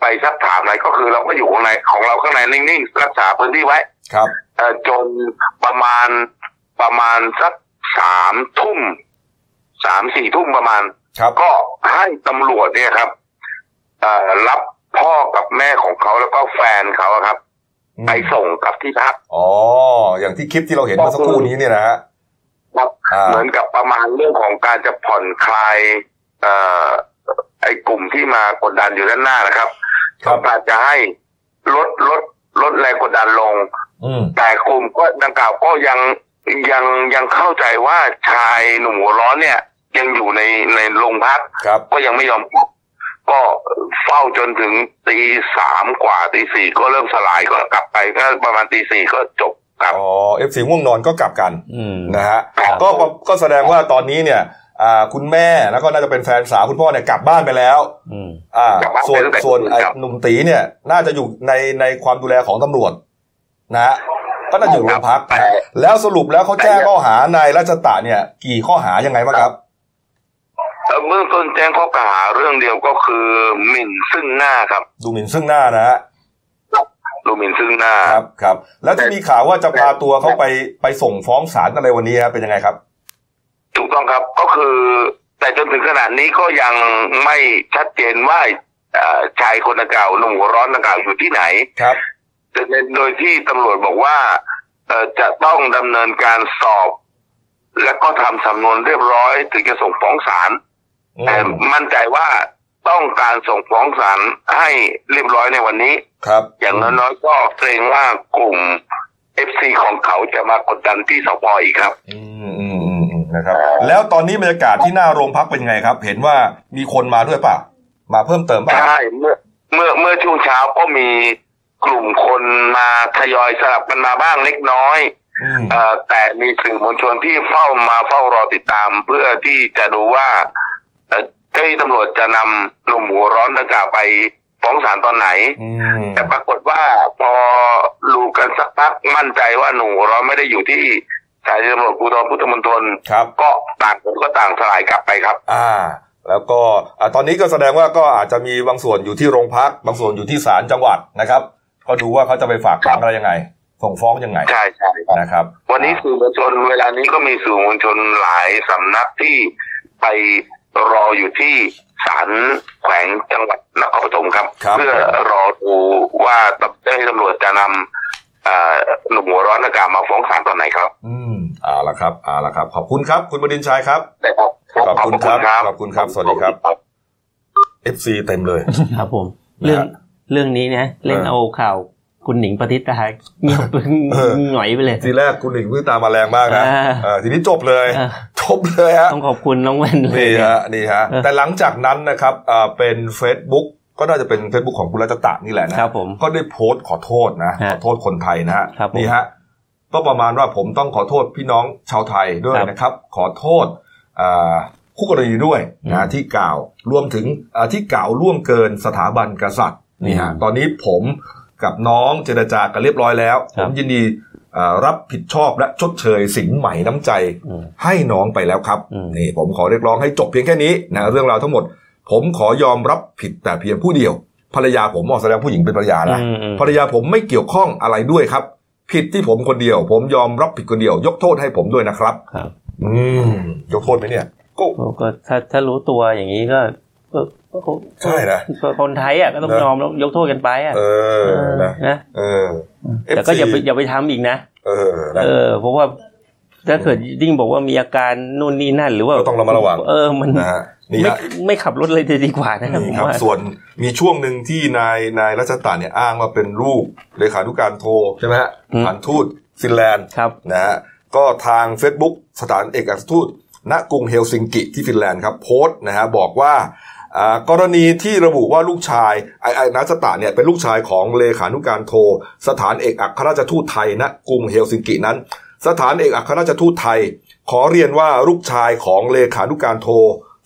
Speaker 4: ไป ไปซักถามอะไรก็คือเราก็อยู่ข้างในของเราข้างในนิ่งๆรักษาพื้นที่ไว้
Speaker 1: ครับ
Speaker 4: เอ่อจนประมาณประมาณสักสามทุ่มสามสี่ทุ่มประมาณ
Speaker 1: ครับ
Speaker 4: ก็ให้ตำรวจเนี่ยครับเอ่อรับพ่อกับแม่ของเขาแล้วก็แฟนเขาอะครับ
Speaker 1: อืม
Speaker 4: ไปส่งกลับที่พัก
Speaker 1: อ๋ออย่างที่คลิปที่เราเห็นเมื่อสักครู่นี้เนี่ยนะฮะ
Speaker 4: ครับ
Speaker 1: อ่า
Speaker 4: เหมือนกับประมาณเรื่องของการจะผ่อนคลายเอ่อไอ้กลุ่มที่มากดดันอยู่ด้านหน้านะครับ
Speaker 1: ครั
Speaker 4: ต้
Speaker 1: บ
Speaker 4: องการจะให้ลดลดลดแรงกดดันลง
Speaker 1: อืม
Speaker 4: แต่กลุ่มก็ดังกล่าวก็ยังยังยังเข้าใจว่าชายหนุ่มหัวร้อนเนี่ย ยังอยู่ในในโรงพัก
Speaker 1: ครับ
Speaker 4: ก็ยังไม่ยอมกลับก็เฝ้าจนถึงตีสามกว่าตีสี่ก็เริ่มสลายก็กลับไปก็ประมาณตีสี่ก็จบกลับ
Speaker 1: อ๋อเอฟซีง่วงนอนก็กลับกัน
Speaker 2: อืม
Speaker 1: นะฮะ
Speaker 4: ครับ
Speaker 1: ก็ก็ก็แสดงว่าตอนนี้เนี่ยอ่าคุณแม่แล้วก็น่าจะเป็นแฟนสาวคุณพ่อเนี่ยกลับบ้านไปแล้ว
Speaker 2: อืม
Speaker 1: อ่าก
Speaker 4: ลับบ้านไป
Speaker 1: ส่วน
Speaker 4: ตั้งแต่
Speaker 1: ส่วนไอ้
Speaker 4: ครับ
Speaker 1: หนุ่มตีเนี่ย น่าจะอยู่ในในความดูแลของตำรวจนะฮะก็น่าจะอยู่โรงพัก
Speaker 4: แต่
Speaker 1: แล้วสรุปแล้วเขาแจ้ง
Speaker 4: แต่
Speaker 1: ข้อหานายรัชตะเนี่ย กี่ข้อหายังไงบ้างครับ
Speaker 4: เอ่อเบื้องต้นแจ้งข้อกล่าวหาเรื่องเดียวก็คือหมิ่นซึ่งหน้าครับ
Speaker 1: ดูหมิ่นซึ่งหน้านะฮะ
Speaker 4: ดูหมิ่นซึ่งหน้า
Speaker 1: ครับครับแล้วที่มีข่าวว่าจะพาตัวเขาไปไปส่งฟ้องศาลอะไรวันนี้ฮะเป็นยังไงครับ
Speaker 4: ถูกต้องครับก็คือ แต่จนถึงขนาดนี้ก็ยังไม่ชัดเจนว่าเอ่อชายคนดังกล่าวหนุ่มหัวร้อนดังกล่าวอยู่ที่ไหน
Speaker 1: ครับ
Speaker 4: แต่โดยที่ตำรวจบอกว่าเอ่อจะต้องดำเนินการสอบ และก็ทำสำนวนเรียบร้อย ถึงจะส่งฟ้องศาล
Speaker 1: อื
Speaker 4: แต่
Speaker 1: ม
Speaker 4: มั่นใจว่าต้องการส่งฟ้องศาลให้เรียบร้อยในวันนี้
Speaker 1: ครับ
Speaker 4: อย่างน้อยๆก็เกรงว่ากลุ่ม FC ของเขาจะมากดดันที่สพอีกครับ
Speaker 1: อืมอืมอืมอืมนะครับ แล้วตอนนี้บรรยากาศที่หน้าโรงพักเป็นยังไงครับ เห็นว่ามีคนมาด้วยเปล่ะมาเพิ่มเติมเปล่ะ
Speaker 4: ใช่เมื่อเมื่อเมื่อช่วงเช้าก็มีกลุ่มคนมาทยอยสลับกันมาบ้างเล็กน้อย
Speaker 1: อืม
Speaker 4: เอ่อแต่มีสื่อมวลชนที่เฝ้ามาเฝ้ารอติดตาม เพื่อที่จะดูว่าเอ่อเจ้าหน้าที่ตำรวจจะนำหนุ่มหัวร้อนดังกล่าวไปฟ้องศาลตอนไหน
Speaker 1: อืม
Speaker 4: แต่ปรากฏว่าพอรู้กันสักพักมั่นใจว่าหนุ่มหัวร้อนไม่ได้อยู่ที่สถานีตำรวจภูธรพุทธมณฑล
Speaker 1: ครับ
Speaker 4: ก็ต่างคนก็ต่างสลายกลับไปครับ
Speaker 1: อ่า แล้วก็อ่าตอนนี้ก็แสดงว่าก็อาจจะมีบางส่วนอยู่ที่โรงพัก บางส่วนอยู่ที่ศาลจังหวัดนะครับ ก็ดูว่าเขาจะไปฝากขังอะไรยังไง ส่งฟ้องยังไง
Speaker 4: ใช่ใช่ครับ
Speaker 1: นะครับ
Speaker 4: วันนี้สื่อมวลชนเวลานี้ก็มีสื่อมวลชนหลายสำนักที่ไปรออยู่ที่ศาลแขวงจังหวัดนครปฐมครับ
Speaker 1: ครับ
Speaker 4: เพื่อรอดูว่าตำเจ้าหน้าที่ตำรวจจะนำเอ่อหนุ่มหัวร้อนนักกล่าวมาฟ้องศาลตอนไหนครับ
Speaker 1: อืมเอ่าละครับเอ่าละครับ ขอบคุณครับ คุณบดินทร์ชัยครับ
Speaker 4: ได้ครับ
Speaker 1: ขอบคุณครับขอบคุณครับสวัสดีครับ
Speaker 4: ครับ
Speaker 1: FC เต็มเลย
Speaker 2: ครับผม เรื่อง
Speaker 1: นะฮะ
Speaker 2: เรื่องนี้นะเล่น
Speaker 1: เออ
Speaker 2: เอาข่าวคุณหนิงปฏิตาเงียบไป
Speaker 1: เออ
Speaker 2: หน่อยไปเลย
Speaker 1: ทีแรกคุณหนิงเพิ่งตามมาแรงมากนะ
Speaker 2: อ่า
Speaker 1: เออทีนี้จบเลย
Speaker 2: เออ
Speaker 1: จบเลยฮะ
Speaker 2: ต้องขอบคุณน้องแว่นเลย
Speaker 1: นี่
Speaker 2: เนี่ย
Speaker 1: ฮะนี่ฮะ
Speaker 2: เออ
Speaker 1: แต่หลังจากนั้นนะครับอ่าเป็น Facebook ก็น่าจะเป็น Facebook ของคุณรัชตะนี่แหละนะครับ
Speaker 2: ผม
Speaker 1: ก็ได้โพสต์ขอโทษนะ
Speaker 2: ฮะ
Speaker 1: ขอโทษคนไทยนะฮะ
Speaker 2: ครับผม
Speaker 1: นี่ฮะก็ประมาณว่าผมต้องขอโทษพี่น้องชาวไทยด้วย
Speaker 2: ครับ
Speaker 1: นะครับ ขอโทษอ่าคู่กรณีด้วย
Speaker 2: อื
Speaker 1: นะ
Speaker 2: ม
Speaker 1: ที่กล่าวรวมถึงอ่าที่กล่าวล่วงเกินสถาบันกษัตริย์นี่ฮะ
Speaker 2: อืม
Speaker 1: ตอนนี้ผมกับน้องเจรจากันเรียบร้อยแล้ว
Speaker 2: ครั
Speaker 1: ผ
Speaker 2: บ
Speaker 1: มยินดีอ่ารับผิดชอบและชดเชยสินใหม่น้ำใจ
Speaker 2: อืม
Speaker 1: ให้น้องไปแล้วครับ
Speaker 2: อืม
Speaker 1: นี่ผมขอเรียกร้องให้จบเพียงแค่นี้นะเรื่องราวทั้งหมด ผมขอยอมรับผิดแต่เพียงผู้เดียว ภรรยาผมออกแสดงผู้หญิงเป็นภรรยานะ
Speaker 2: อืมอืม
Speaker 1: ภรรยาผมไม่เกี่ยวข้องอะไรด้วยครับ ผิดที่ผมคนเดียว ผมยอมรับผิดคนเดียว ยกโทษให้ผมด้วยนะครับ
Speaker 2: ครับ
Speaker 1: อืมยกโทษไหมเนี่ยก็
Speaker 2: ก็ก็ถ้าถ้ารู้ตัวอย่างนี้ก็ก็ก็ก็
Speaker 1: ใช่นะ
Speaker 2: ก็คนไทยอ่ะก็ต้อง
Speaker 1: นะ
Speaker 2: ยอมยกโทษกันไปอ่ะ
Speaker 1: เออนะ
Speaker 2: นะ
Speaker 1: เออ
Speaker 2: แต่ก็
Speaker 1: FC
Speaker 2: อย่าไปอย่าไปทำอีกนะ
Speaker 1: เออนะ
Speaker 2: เออเพราะว่าถ้าเกิดยิ่งบอกว่ามีอาการนู่นนี่นั่น หรือว่า
Speaker 1: ก็ต้องระมัดระวัง
Speaker 2: เออมัน
Speaker 1: นะฮะนี่
Speaker 2: ไม่
Speaker 1: ฮะ
Speaker 2: ไม่ขับรถเลยจะดีกว่านะผม
Speaker 1: นี่ครับ
Speaker 2: ว่า
Speaker 1: ส่วนมีช่วงหนึ่งที่นายนายรัชตาเนี่ยอ้างว่าเป็นลูกเลขานุการโทใช่ไหมฮะ
Speaker 2: อืม
Speaker 1: ผ่านทูตฟินแลนด์
Speaker 2: ครับ
Speaker 1: นะฮะก็ทาง Facebook สถานเอกอัครทูตณกรุงเฮลซิงกิที่ฟินแลนด์ครับโพสต์นะฮะบอกว่าอ่ากรณีที่ระบุว่าลูกชายไอ้ไอ้นัชตาเนี่ยเป็นลูกชายของเลขานุการโท สถานเอกอัครราชทูตไทยณกรุงเฮลซิงกินั้น สถานเอกอัครราชทูตไทย ขอเรียนว่าลูกชายของเลขานุการโท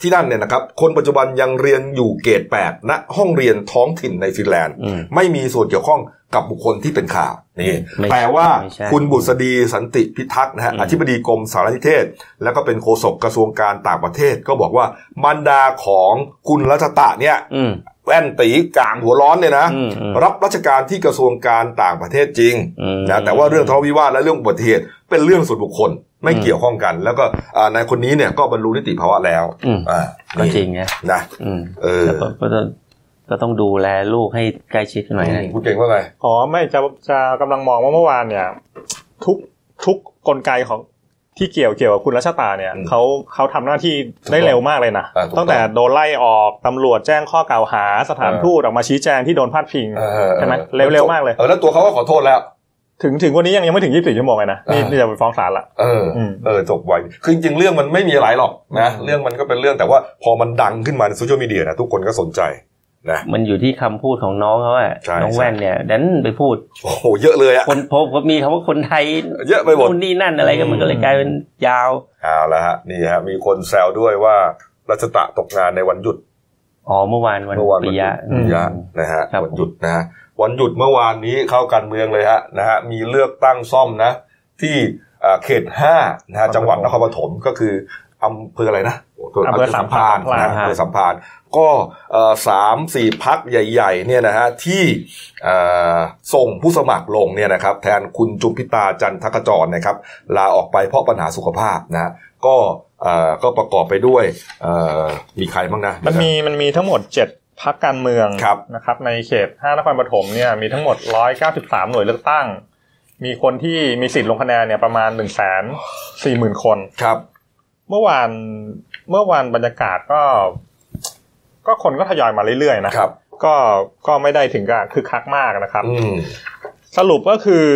Speaker 1: ที่นั่นเนี่ยนะครับ คนปัจจุบันยังเรียนอยู่เกรด8ณห้องเรียนท้องถิ่นในฟินแลนด์
Speaker 2: อืม
Speaker 1: ไม่มีส่วนเกี่ยวข้องกับบุคคลที่เป็นข่าวนี่
Speaker 2: ไม่
Speaker 1: แปลว่า
Speaker 2: ไม่ใช่
Speaker 1: คุณบุษดีสันติพิทักษ์นะฮะ
Speaker 2: อืม
Speaker 1: อธิบดีกรมสารนิเทศ แล้วก็เป็นโฆษกกระทรวงการต่างประเทศ ก็บอกว่าบรรดาของคุณรัชตะเนี่ย
Speaker 2: อืม
Speaker 1: แว่นตีกลางหัวร้อนเนี่ยนะ
Speaker 2: อืมอืม
Speaker 1: รับราชการที่กระทรวงการต่างประเทศจริง
Speaker 2: อืม
Speaker 1: นะแต่ว่าเรื่องทะเลาะวิวาทและเรื่องอุบัติเหตุเป็นเรื่องส่วนบุคคลไม่เกี่ยวข้องกัน แล้วก็อ่านายคนนี้เนี่ยก็บรรลุนิติภาวะแล้ว
Speaker 2: อืม
Speaker 1: อ่า
Speaker 2: ก็
Speaker 1: นี่
Speaker 2: จริงนะ
Speaker 1: นะ
Speaker 2: อืม
Speaker 1: เออ
Speaker 2: แล้วก็ก็ต้องก็ต้องดูแลลูกให้ใกล้ชิดหน่อยนะ
Speaker 1: คุณเก่งว่าไง
Speaker 3: อ๋อไม่จะจะกำลังมองว่าเมื่อวานเนี่ย ทุกทุกกลไกของที่เกี่ยวเกี่ยวกับคุณรัชตาเนี่ย
Speaker 1: อืม
Speaker 3: เขาเขาทำหน้าที่ได้เร็วมากเลยนะ
Speaker 1: อ่าถูกต้อง
Speaker 3: ตั้งแต่โดนไล่ออกตำรวจแจ้งข้อกล่าวหาสถาน
Speaker 1: เออ
Speaker 3: ทูตออกมาชี้แจงที่โดนพาดพิง
Speaker 1: เออ
Speaker 3: ใช่ไหม
Speaker 1: ออ
Speaker 3: เร็วๆมากเลย
Speaker 1: เออแล้วตัวเขาก็ขอโทษแล้ว
Speaker 3: ถึงถึงวันนี้ยังยังไม่ถึงยี่สิบชั่วโมงเลยนะนี่
Speaker 1: อ่านี่
Speaker 3: นี่จะไปฟ้องศาลละ
Speaker 1: เอออ
Speaker 3: ม
Speaker 1: เออจบไวคือจริงๆเรื่องมันไม่มีอะไรหรอกนะเรื่องมันก็เป็นเรื่องแต่ว่าพอมันดังขึ้นมาในโซเชียลมีเดียนะทุกคนก็สนใจนะ
Speaker 2: มันอยู่ที่คำพูดของน้องเขาอะ
Speaker 1: ใช่
Speaker 2: น้อง
Speaker 1: ใช่
Speaker 2: แว่นเนี่ยดันไปพูด
Speaker 1: โอ้โหเยอะเลยอะ
Speaker 2: คน พบก็มีคำว่าคนไทย
Speaker 1: เยอะไปหมด
Speaker 2: นู่นนี่นั่นอะไรกันมันก็เลยกลายเป็นยาว
Speaker 1: เอาละฮะนี่ฮะมีคนแซวด้วยว่ารัชตะตกงานในวันหยุด
Speaker 2: อ๋อเมื่อวานวัน
Speaker 1: เมื่อวาน
Speaker 2: ปิ
Speaker 1: วันห
Speaker 2: ยะ
Speaker 1: ยุดปิยะนะฮะ
Speaker 2: ครับ
Speaker 1: วันหยุดนะฮะวันหยุดเมื่อวานนี้เข้าการเมืองเลยฮะนะฮะมีเลือกตั้งซ่อมนะ ที่เอ่อเขตห้านะฮะจังหวัดนครปฐมก็คืออำเภออะไรนะ
Speaker 3: อำเภอสามพราน
Speaker 1: นะฮะอำเภอสามพรานก็เอ่อสามสี่พักใหญ่ๆเนี่ยนะฮะที่เอ่อส่งผู้สมัครลงเนี่ยนะครับแทนคุณจุมพิตาจันทกจรนะครับ ลาออกไปเพราะปัญหาสุขภาพนะ ก็เอ่อก็ประกอบไปด้วยเอ่อมีใครบ้างนะ
Speaker 3: มันมีมันมีทั้งหมดเจ็ดพักการเมือง
Speaker 1: ครับ
Speaker 3: นะครับ ในเขตห้านครปฐมเนี่ยมีทั้งหมดร้อยเก้าสิบสามหน่วยเลือกตั้ง มีคนที่มีสิทธิ์ลงคะแนนเนี่ยประมาณหนึ่งแสนสี่หมื่นคน
Speaker 1: ครับ
Speaker 3: เมื่อวานเมื่อวานบรรยากาศก็ ก็คนก็ทยอยมาเรื่อยๆนะครับ ก็ก็ไม่ได้ถึงกับคึกคักมากนะครับ
Speaker 1: อืม
Speaker 3: สรุปก็คือ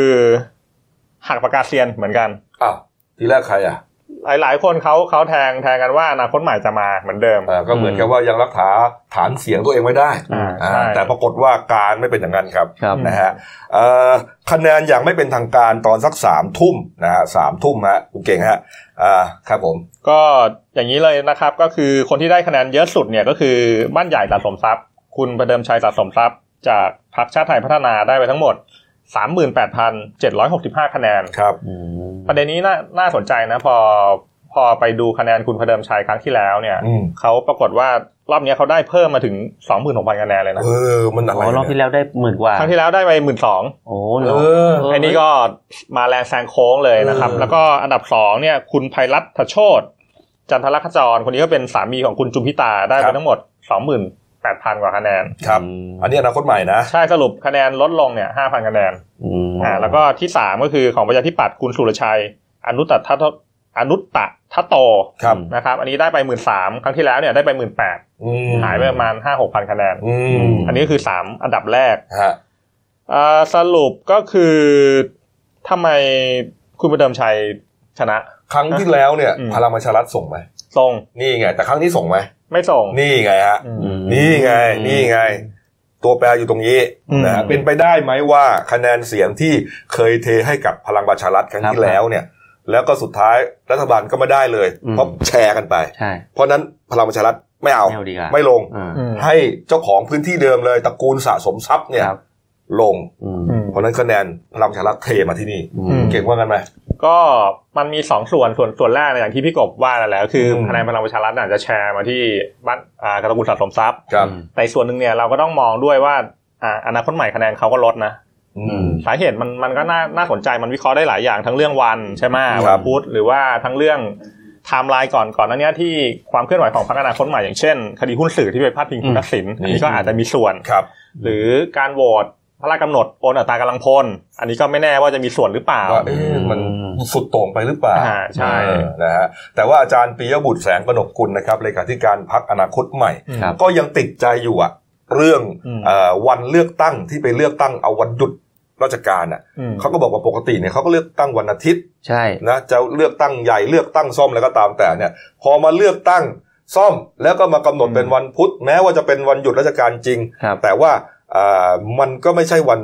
Speaker 3: หักปากกาเซียนเหมือนกัน
Speaker 1: อ้าวทีแรกใครอ่ะ
Speaker 3: หลายๆคนเขาเขาแทงแทงกันว่าอนาคตใหม่จะมาเหมือนเดิม
Speaker 1: เอ่อก็เหมือนกับว่ายังรักษาฐานเสียงตัวเองไม่ได้
Speaker 3: อ่า
Speaker 1: อ่า
Speaker 3: ใช่
Speaker 1: แต่ปรากฏว่าการไม่เป็นอย่างนั้นครับ
Speaker 2: ครับ
Speaker 1: นะฮะเอ่อคะแนนอย่างไม่เป็นทางการตอนสักสามทุ่มนะฮะสามทุ่มฮะคุณเก่งฮะอ่าครับผม
Speaker 3: ก็อย่างนี้เลยนะครับ ก็คือคนที่ได้คะแนนเยอะสุดเนี่ยก็คือบ้านใหญ่สะสมทรัพย์ คุณประเดิมชัยสะสมทรัพย์ จากพรรคชาติไทยพัฒนาได้ไปทั้งหมด 38,765 คะแนน
Speaker 1: ครับ
Speaker 2: อืม
Speaker 3: ประเด็นนี้น่าน่าสนใจนะพอพอไปดูคะแนนคุณพระเดิมชัยครั้งที่แล้วเนี่ย
Speaker 1: อืม
Speaker 3: เขาปรากฏว่ารอบเนี้ยเขาได้เพิ่มมาถึง 26,000คะแนนเลยนะ
Speaker 1: เออมันอะไร
Speaker 2: อ๋อรอบที่แล้วได้หมื่นกว่า
Speaker 3: ครั้งที่แล้วได้ไปหมื่นสอง
Speaker 2: โอ้
Speaker 1: เอ
Speaker 2: เหรอ
Speaker 1: อ
Speaker 2: เ
Speaker 3: อันนี้ก็มาแรงแซงโค้งเลยนะครับ
Speaker 1: เออ
Speaker 3: แล้วก็อันดับสองเนี่ยคุณภัยรัตน์ทโชตจันทรคจรคนนี้ก็เป็นสามีของคุณจุมพิตาได้ไปทั้งหมด 28,000 กว่าคะแนน
Speaker 1: ครับ อันนี้อนาคตใหม่นะ
Speaker 3: ใช่สรุปคะแนนลดลงเนี่ย5,000 คะแนน
Speaker 2: อืม
Speaker 3: อ่าแล้วก็ที่สามก็คือของประชาธิปัตย์คุณสุรชัย อนุตตะอนุตตะทะโต
Speaker 1: ครับ
Speaker 3: นะครับ อันนี้ได้ไปหมื่นสามครั้งที่แล้วเนี่ยได้ไปหมื่นแปด
Speaker 1: อืม
Speaker 3: หายไปประมาณห้าหกพันคะแนน
Speaker 1: อืม
Speaker 3: อันนี้คือสามอันดับแรก
Speaker 1: ฮะ
Speaker 3: อ่าสรุปก็คือทำไมคุณประเดิมชัยชนะ
Speaker 1: ครั้งที่แล้วเนี่ย
Speaker 3: อืม
Speaker 1: พลังประชารัฐส่งไหม
Speaker 3: ทรง
Speaker 1: นี่ไง แต่ครั้งนี้ส่งไหม
Speaker 3: ไม่ส่ง
Speaker 1: นี่ไงฮะ
Speaker 3: อื
Speaker 2: อื
Speaker 3: ม
Speaker 2: ม
Speaker 1: นี่ไง นี่ไง ตัวแปรอยู่ตรงนี้
Speaker 3: อืม
Speaker 1: นะฮะเป็นไปได้ไหมว่าคะแนนเสียงที่เคยเทให้กับพลังประชารัฐครั้ง
Speaker 2: ครับ
Speaker 1: ที่แล้วเนี่ย แล้วก็สุดท้ายรัฐบาลก็ไม่ได้เลย
Speaker 2: อืม
Speaker 1: เพราะแชร์กันไป
Speaker 2: ใช่
Speaker 1: เพราะนั้นพลังประชารัฐไม่เอา
Speaker 2: ไม่เอาดีกว่า
Speaker 1: ไม่ลง
Speaker 2: อ่า
Speaker 3: อืม
Speaker 1: ให้เจ้าของพื้นที่เดิมเลยตระกูลสะสมทรัพย์เนี่ย
Speaker 2: ครับ
Speaker 1: ลง
Speaker 2: อืม
Speaker 3: อืม
Speaker 1: เพราะนั้นคะแนนพลังประชารัฐเทมาที่นี่
Speaker 2: อื
Speaker 3: อื
Speaker 2: ม
Speaker 3: ม
Speaker 1: เก่งว่ากันไหม
Speaker 3: ก็มันมีสองส่วนส่วนส่วนแรกเนี่ยอย่างที่พี่กบว่านั่นแหล้วคืออ
Speaker 1: ม
Speaker 3: คะแนนพลังประชารัฐอาจจะแชร์มาที่บ้านอ่ากระทรวงสะสมทรัพย์
Speaker 1: ครับ
Speaker 3: แต่อีกส่วนหนึ่งเนี่ยเราก็ต้องมองด้วยว่าอ่าอนาคตใหม่คะแนนเขาก็ลดนะ
Speaker 1: อื
Speaker 2: อื
Speaker 1: ม
Speaker 2: ม
Speaker 3: สาเหตุมันมันก็น่าน่าสนใจมันวิเคราะห์ได้หลายอย่างทั้งเรื่องวันใช่ไหม
Speaker 1: ครับ
Speaker 3: วันพุธหรือว่าทั้งเรื่องไทม์ไลน์ก่อนก่อนหนั้นเนี้ยที่ความเคลื่อนไหวของพรรคอนาคตใหม่อย่างเช่นคดีหุ้นสื่อที่ไปพาดพิงคุณทักษิณ
Speaker 1: อืม
Speaker 3: อันนี้ก็อาจจะมีส่วน
Speaker 1: ครับ
Speaker 3: หรือการโหวตพระราชกำหนดโอนอัตรากำลังพล อันนี้ก็ไม่แน่ว่าจะมีส่วนหรือเปล่า
Speaker 1: ว่าเอ๊ะมันสุดโต่งไปหรือเปล่า
Speaker 3: อ่าใช่
Speaker 1: เออนะฮะแต่ว่าอาจารย์ปิยบุตรแสงกนกกุลนะครับเลขาธิการพักอนาคตใหม่
Speaker 3: อืม
Speaker 2: ครับ
Speaker 1: ก็ยังติดใจอยู่อะเรื่อง
Speaker 3: อืม
Speaker 1: เอ่อวันเลือกตั้งที่ไปเลือกตั้งเอาวันหยุดราชการอ่ะ
Speaker 3: อืม
Speaker 1: เขาก็บอกว่าปกติเนี่ยเขาก็เลือกตั้งวันอาทิตย์
Speaker 2: ใช่
Speaker 1: นะจะเลือกตั้งใหญ่เลือกตั้งซ่อมแล้วก็ตามแต่เนี่ย พอมาเลือกตั้งซ่อมแล้วก็มากำหนด
Speaker 3: อืม
Speaker 1: เป็นวันพุธแม้ว่าจะเป็นวันหยุดราชการจริง
Speaker 2: ครับ
Speaker 1: แต่ว่าเอ่อมันก็ไม่ใช่วัน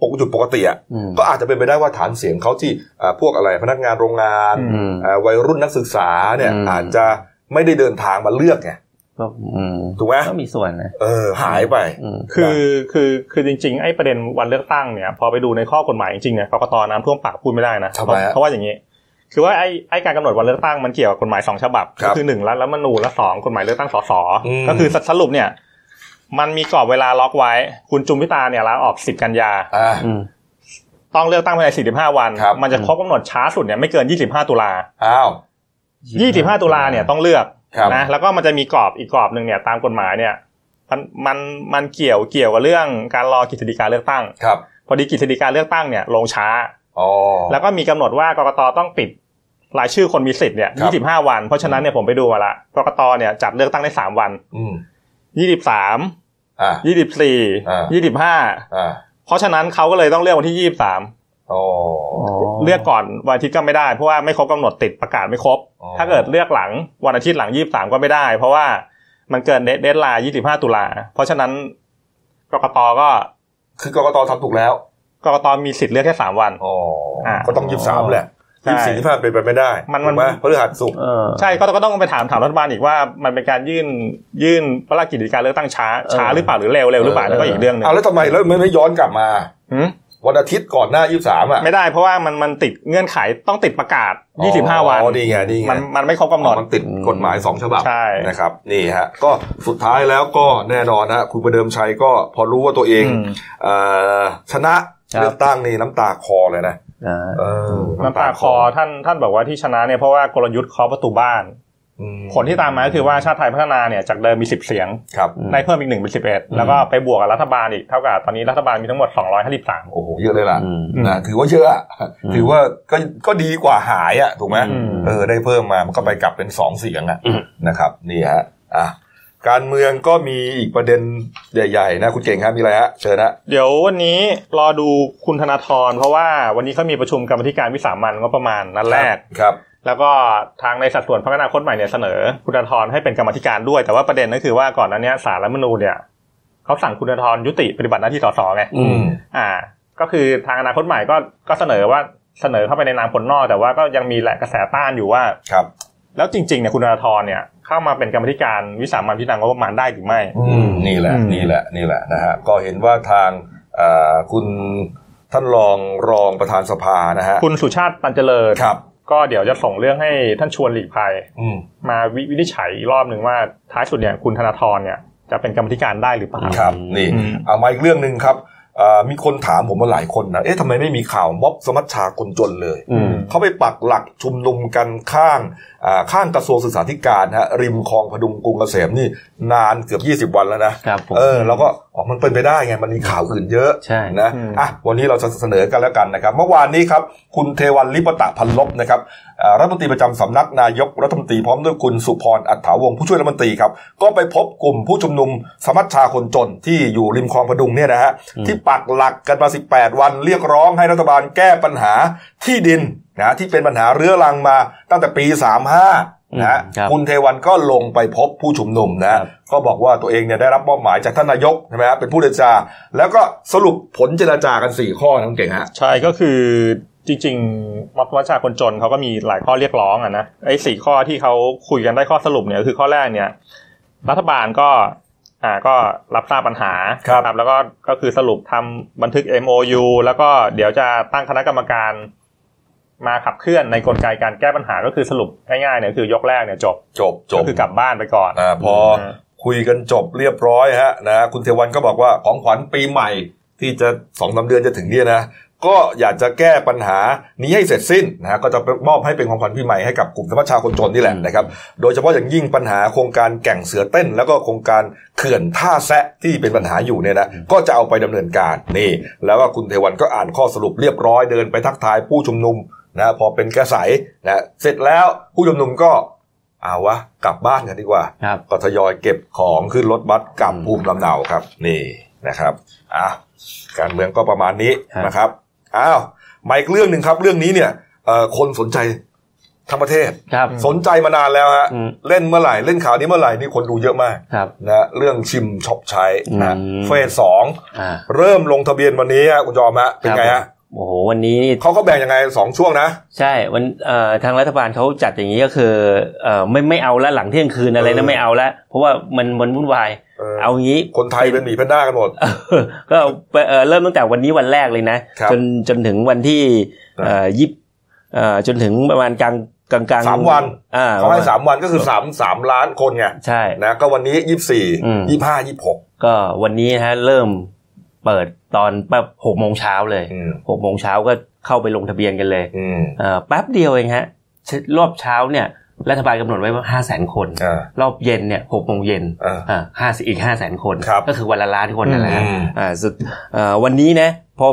Speaker 1: ปกหยุดปกติอะ
Speaker 2: อืม
Speaker 1: ก็อาจจะเป็นไปได้ว่าฐานเสียงเขาที่อ่าพวกอะไรพนักงานโรงงาน
Speaker 2: อืม
Speaker 1: อ่าวัยรุ่นนักศึกษาเนี่ย
Speaker 2: อืม
Speaker 1: อาจจะไม่ได้เดินทางมาเลือกไง
Speaker 2: ก็อืม
Speaker 1: ถูกไหม
Speaker 2: ก็มีส่วนนะ
Speaker 1: เออหายไป
Speaker 2: อืม
Speaker 3: คือคือคือจริงๆ ไอ้ประเด็นวันเลือกตั้งเนี่ย พอไปดูในข้อกฎหมายจริงๆเนี่ยกกตน้ำท่วมปากพูดไม่ได้นะ
Speaker 1: ทำไมฮะ
Speaker 3: เพราะว่าอย่างนี้ คือว่าไอ้ไอ้การกำหนดวันเลือกตั้งมันเกี่ยวกับกฎหมายสองฉบับ
Speaker 1: ครับ
Speaker 3: ก็คือหนึ่งรัฐรัฐธรรมนูญและสองกฎหมายเลือกตั้งสส
Speaker 1: อืม
Speaker 3: ก็คือสรุปเนี่ย มันมีกรอบเวลาล็อกไว้ คุณจุมพิตาเนี่ยลาออก 10 กันยา
Speaker 1: อ่า
Speaker 2: อืม
Speaker 3: ต้องเลือกตั้งภายใน 45 วัน
Speaker 1: ครับ
Speaker 3: มันจะครบกำหนดช้าสุดเนี่ยไม่เกิน 25 ตุลา
Speaker 1: อ้าว
Speaker 3: 25 ตุลาเนี่ยต้องเลือก
Speaker 1: ครับ
Speaker 3: นะแล้วก็มันจะมีกรอบอีกกรอบหนึ่งเนี่ยตามกฎหมายเนี่ยมันมันมันเกี่ยวเกี่ยวกับเรื่องการรอกฤษฎีกาเลือกตั้ง
Speaker 1: ครับ
Speaker 3: พอดีกฤษฎีกาเลือกตั้งเนี่ยลงช้า
Speaker 1: อ๋อ
Speaker 3: แล้วก็มีกำหนดว่ากกตต้องปิดรายชื่อคนมีสิทธิ์เนี่ย
Speaker 1: ครั
Speaker 3: 25 วัน เพราะฉะนั้นเนี่ยผมไปดูมาละกกตเนี่ยจัดเลือกตั้งได้ 3 วัน
Speaker 1: อืม
Speaker 3: 23
Speaker 1: อ่า
Speaker 3: ยี่สิบสี่
Speaker 1: อ่า
Speaker 3: ยี่สิบห้า
Speaker 1: อ่า
Speaker 3: เพราะฉะนั้นเขาก็เลยต้องเลือกวันที่ยี่สิบสาม
Speaker 1: อ๋อ
Speaker 3: เลือกก่อนวันอาทิตย์ก็ไม่ได้เพราะว่าไม่ครบกำหนดติดประกาศไม่ครบ
Speaker 1: อ๋อ
Speaker 3: ถ้าเกิดเลือกหลังวันอาทิตย์หลังยี่สิบสามก็ไม่ได้ เพราะว่ามันเกินเดทไลน์ยี่สิบห้าตุลาเพราะฉะนั้นกกตก็
Speaker 1: คือกกตทำถูกแล้ว
Speaker 3: กกตมีสิทธิ์เลือกแค่สามวัน
Speaker 1: อ๋อ
Speaker 3: อ่า
Speaker 1: ก็ต้องยี่สิบสามแหละ
Speaker 3: ใช่
Speaker 1: ยี่สิบสี่ที่ผ่านไปไปไม่ได้
Speaker 3: มันมัน
Speaker 1: ถูกไหเพราะเรือหัดสุกร์
Speaker 2: เออ
Speaker 3: ใช่ก็ก็ต้องไปถามถามรัฐบาลอีกว่ามันเป็นการยื่นยื่นพระราชกิจการเลือกตั้งช้า
Speaker 2: เออ
Speaker 3: ช้าหรือเปล่าหรือเร็วเร็วหรือเปล่านั่นก็อีกเรื่องหนึง
Speaker 1: เอาแล้วทำไมแล้วไม่ไม่ย้อนกลับมา
Speaker 3: หืม
Speaker 1: วันอาทิตย์ก่อนหน้ายี่สิบสามอ่ะ
Speaker 3: ไม่ได้เพราะว่ามันมันติดเงื่อนไขต้องติดประกาศยี่สิบห้าวัน
Speaker 1: อ๋อนี่ไงนี่ไง
Speaker 3: มันมันไม่ครบกำหนด
Speaker 1: มันติดกฎหมายสองฉบับ
Speaker 3: ใช่
Speaker 1: นะครับนี่ฮะก็สุดท้ายแล้วก็แน่นอนฮะคุณประเดิมชัยก็พอรู้ว่าตัวเอง
Speaker 3: อืม
Speaker 1: เอ่อชนะครับ เลือกตั้งนี่น้ำตาคอเลยนะ
Speaker 2: อ่า
Speaker 1: เออ
Speaker 3: น้ำตาคอท่านท่านบอกว่าที่ชนะเนี่ยเพราะว่ากลยุทธ์เคาะประตูบ้าน
Speaker 1: อื
Speaker 3: ผลที่ตามมาก็คือว่าชาติไทยพัฒนาเนี่ยจากเดิมมี 10 เสียง
Speaker 1: ครับ
Speaker 2: อืม
Speaker 3: ได้เพิ่มอีกหนึ่งเป็นสิบเอ็ดแล้วก็ไปบวกกับรัฐบาลอีกเท่ากับตอนนี้รัฐบาลมีทั้งหมด 253
Speaker 1: โอ้โหเยอะเลยล่ะ
Speaker 2: อืม
Speaker 1: นะถือว่าเยอะอะ
Speaker 2: อืม
Speaker 1: ถือว่าก็ก็ดีกว่าหายอ่ะถูกไหม
Speaker 3: อืม
Speaker 1: เออได้เพิ่มมามันก็ไปกลับเป็นสองเสียงอ่ะนะครับนี่ฮะอ่ะการเมืองก็มีอีกประเด็นใหญ่ๆนะคุณเก่งครับมีอะไรฮะเชิญนะ
Speaker 3: เดี๋ยววันนี้รอดูคุณธนาธรเพราะว่าวันนี้เขามีประชุมกรรมธิการวิสามันงบประมาณนัดแรก
Speaker 1: ครับ
Speaker 3: แล้วก็ทางในสัดส่วนพัฒนาคตใหม่เนี่ยเสนอคุณธนาธรให้เป็นกรรมธิการด้วย แต่ว่าประเด็นก็คือว่าก่อนหนั้นเนี่ยสารรัฐธรรมนูญเนี่ยเขาสั่งคุณธนาธรยุติปฏิบัติหน้าที่สสไง
Speaker 2: อืม
Speaker 3: อ่าก็คือทางอนาคตใหม่ก็ก็เสนอว่าเสนอเข้าไปในนามคนนอก แต่ว่าก็ยังมีแหละกระแสต้านอยู่ว่า
Speaker 1: ครับ
Speaker 3: แล้วจริงๆเนี่ยคุณธนาธรเนี่ยเข้ามาเป็นกรรมธิการวิสามันพิจารณางบประมาณได้หรือไม่
Speaker 1: อืมนี่แหละ
Speaker 3: อืม
Speaker 1: นี่แหละนี่แหละนะฮะก็เห็นว่าทางเอ่อคุณท่านรองรองประธานสภานะฮะ
Speaker 3: คุณสุชาติตันเจริญ
Speaker 1: ครับ
Speaker 3: ก็เดี๋ยวจะส่งเรื่องให้ท่านชวนหลีกภัย
Speaker 1: อืม
Speaker 3: มาวิวินิจฉัยอีกรอบหนึ่งว่าท้ายสุดเนี่ยคุณธนาธรเนี่ยจะเป็นกรรมธิการได้หรือเปล่า
Speaker 1: ครับนี่
Speaker 3: อืม
Speaker 1: เอามาอีกเรื่องหนึ่งครับเอ่อมีคนถามผมมาหลายคนนะเอ๊ะทำไมไม่มีข่าวม็อบสมัชชาคนจนเลย
Speaker 2: อืม
Speaker 1: เขาไปปักหลักชุมนุมกันข้างอ่าข้างกระทรวงศึกษาธิการฮะริมคลองพดุงกรุงเกษมนี่นานเกือบ 20 วันแล้วนะครับ
Speaker 2: ผม
Speaker 1: เออแล้วก็อ๋อมันเป็นไปได้ไงมันมีข่าวอื่นเยอะ
Speaker 2: ใช่
Speaker 1: นะ
Speaker 3: อืม
Speaker 1: อ่ะวันนี้เราจะเสนอกันแล้วกันนะครับ เมื่อวานนี้ครับ คุณเทวันลิปตะพันลบนะครับเอ่อรัฐมนตรีประจำสำนักนายกรัฐมนตรีพร้อมด้วยคุณสุพรอัฏฐาวงศ์ผู้ช่วยรัฐมนตรีครับ ก็ไปพบกลุ่มผู้ชุมนุมสมัชชาคนจนที่อยู่ริมคลองพดุงเนี่ยนะฮะ
Speaker 2: อืม
Speaker 1: ที่ปักหลักกันมา 18 วันเรียกร้องให้รัฐบาลแก้ปัญหาที่ดินนะที่เป็นปัญหาเรื้อรังมาตั้งแต่ปี 35นะฮะ
Speaker 2: อืมครับ
Speaker 1: คุณเทวันก็ลงไปพบผู้ชุมนุมนะ
Speaker 2: ครั
Speaker 1: ฮะ
Speaker 2: บ
Speaker 1: ก็บอกว่าตัวเองเนี่ยได้รับมอบหมายจากท่านนายกใช่ไหมฮะเป็นผู้เจรจา แล้วก็สรุปผลเจรจากัน 4 ข้อนะคุณเก่งฮะ
Speaker 3: ใช่ก็คือจริงๆมอบวัชชาคนจนเขาก็มีหลายข้อเรียกร้องอะนะไอ้สี่ข้อที่เขาคุยกันได้ข้อสรุปเนี่ยคือข้อแรกเนี่ย รัฐบาลก็อ่าก็รับทราบปัญหา
Speaker 1: ครับ
Speaker 3: แล้วก็ก็คือสรุปทำบันทึก MOU แล้วก็เดี๋ยวจะตั้งคณะกรรมการมาขับเคลื่อนในกลไกการแก้ปัญหาก็คือสรุปง่ายๆเนี่ยคือยกแรกเนี่ยจบ
Speaker 1: จบจบ
Speaker 3: ก็คือกลับบ้านไปก่อน
Speaker 1: อ่าพอ
Speaker 3: ม
Speaker 1: คุยกันจบเรียบร้อยฮะนะฮะคุณเทวันก็บอกว่าของขวัญปีใหม่ที่จะสองสาเดือนจะถึงเนี่ยนะ ก็อยากจะแก้ปัญหานี้ให้เสร็จสิ้นนะฮะก็จะมอบให้เป็นของขวัญปีใหม่ให้กับกลุ่มสมัชชาคนจนนี่แหละนะครับ โดยเฉพาะอย่างยิ่งปัญหาโครงการแก่งเสือเต้น แล้วก็โครงการเขื่อนท่าแซะที่เป็นปัญหาอยู่เนี่ยนะก็จะเอาไปดำเนินการนี่ แล้วก็คุณเทวันก็อ่านข้อสรุปเรียบร้อยเดินไปทักทายผู้ชุมนุมนะพอเป็นกระแสนะเสร็จแล้วผู้ชุมนุมก็เอาวะกลับบ้านกันดีกว่า
Speaker 2: ครับ
Speaker 1: ก็ทยอยเก็บของขึ้นรถบัสกลับ
Speaker 2: อืม
Speaker 1: ภูมิลำเนาครับ นี่นะครับอ่ะการเมืองก็ประมาณนี้
Speaker 2: ครับ
Speaker 1: นะครับอ้าวมาอีกเรื่องหนึ่งครับ เรื่องนี้เนี่ยเอ่อคนสนใจทั้งประเทศ
Speaker 2: ครับ
Speaker 1: สนใจมานานแล้วฮะ
Speaker 2: อืม
Speaker 1: เล่นเมื่อไหร่เล่นข่าวนี้เมื่อไหร่นี่คนดูเยอะมาก
Speaker 2: ครับ
Speaker 1: นะเรื่องชิมช็อปใช้นะ
Speaker 2: อืม
Speaker 1: เฟสสอง
Speaker 2: อ่า
Speaker 1: เริ่มลงทะเบียนวันนี้ฮะคุณจอมฮะเป็นไง
Speaker 2: ครั
Speaker 1: ฮะ
Speaker 2: บ โอ้โห วันนี้นี่
Speaker 1: เขาก็แบ่งยังไงสองช่วงนะ
Speaker 2: ใช่วันเอ่อทางรัฐบาลเขาจัดอย่างนี้ก็คือเอ่อไม่ไม่เอาละหลังเที่ยงคืนอะไรนะไม่เอาละเพราะว่ามันมันวุ่นวาย
Speaker 1: เออ
Speaker 2: เอางี้
Speaker 1: คนไทยเป็นหมีแพนด้ากันหมด
Speaker 2: เออก็ไปเอ่อเริ่มตั้งแต่วันนี้วันแรกเลยนะ
Speaker 1: ครับ
Speaker 2: จนจนถึงวันที่เอ่อยิบเอ่อจนถึงประมาณกลาง กลางๆ
Speaker 1: สามวัน
Speaker 2: อ่า
Speaker 1: เขาให้สามวันก็คือสามสามล้านคนไง
Speaker 2: ใช่
Speaker 1: นะก็วันนี้ยี่สี่
Speaker 2: อืม
Speaker 1: ยี่ห้ายี่หก
Speaker 2: ก็วันนี้นะฮะเริ่มเปิดตอนแบบหกโมงเช้าเลย
Speaker 1: อืม
Speaker 2: หกโมงเช้าก็เข้าไปลงทะเบียนกันเลย
Speaker 1: อืม
Speaker 2: เอ่อแป๊บเดียวเองฮะชรอบเช้าเนี่ยรัฐบาลกำหนดไว้ว่าห้าแสนคน
Speaker 1: อ่าร
Speaker 2: อบเย็นเนี่ยหกโมงเย็น
Speaker 1: อ่า
Speaker 2: อ่าห้าสิบอีกห้าแสนคน
Speaker 1: ครับ
Speaker 2: ก็คือวันละล้านคนนั่นแหละฮะ
Speaker 1: อืม
Speaker 2: อ่าสุดเอ่อวันนี้นะพอ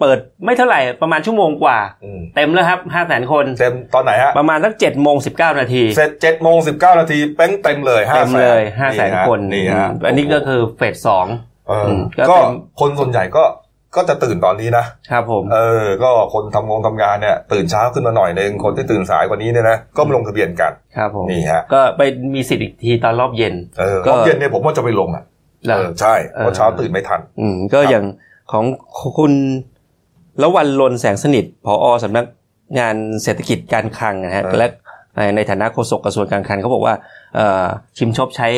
Speaker 2: เปิดไม่เท่าไหร่ประมาณชั่วโมงกว่า
Speaker 1: อืม
Speaker 2: เต็มแล้วครับห้าแสนคน
Speaker 1: เต็มตอนไหนฮะ
Speaker 2: ประมาณสักเจ็ดโมงสิบเก้านาที
Speaker 1: เสร็จ7โมง19 นาทีเป้งเต็มเลย5
Speaker 2: เต็มเลยห้าแสนคน
Speaker 1: นี่ฮะ
Speaker 2: อืมอันนี้ก็คือเฟสสอง
Speaker 1: เออ
Speaker 2: มก็
Speaker 1: ก็
Speaker 2: เต็ม
Speaker 1: คนส่วนใหญ่ก็ก็จะตื่นตอนนี้นะ
Speaker 2: ครับผม
Speaker 1: เออ ก็คนทำงงทำงานเนี่ย ตื่นเช้าขึ้นมาหน่อยหนึงคนที่ตื่นสายกว่านี้เนี่ยนะ ก็มาลงทะเบียนกัน
Speaker 2: ครับผม
Speaker 1: นี่ฮะ
Speaker 2: ก็ไปมีสิทธิ์อีกทีตอนรอบเย็น
Speaker 1: เออ
Speaker 2: ก็
Speaker 1: รอบเย็นเนี่ยผมว่าจะไปลงอ่ะ
Speaker 2: เหรอ
Speaker 1: เออใช่เพราะ
Speaker 2: เออ
Speaker 1: เช้าตื่นไม่ทัน
Speaker 2: อืมก็
Speaker 1: ครับ
Speaker 2: อย่างของคุณละวันลนแสงสนิทผอสำนักงานเศรษฐกิจการคลังนะฮะและในในฐานะโฆษกกระทรวงการคลังเขาบอกว่าเอ่อชิมชอบใช้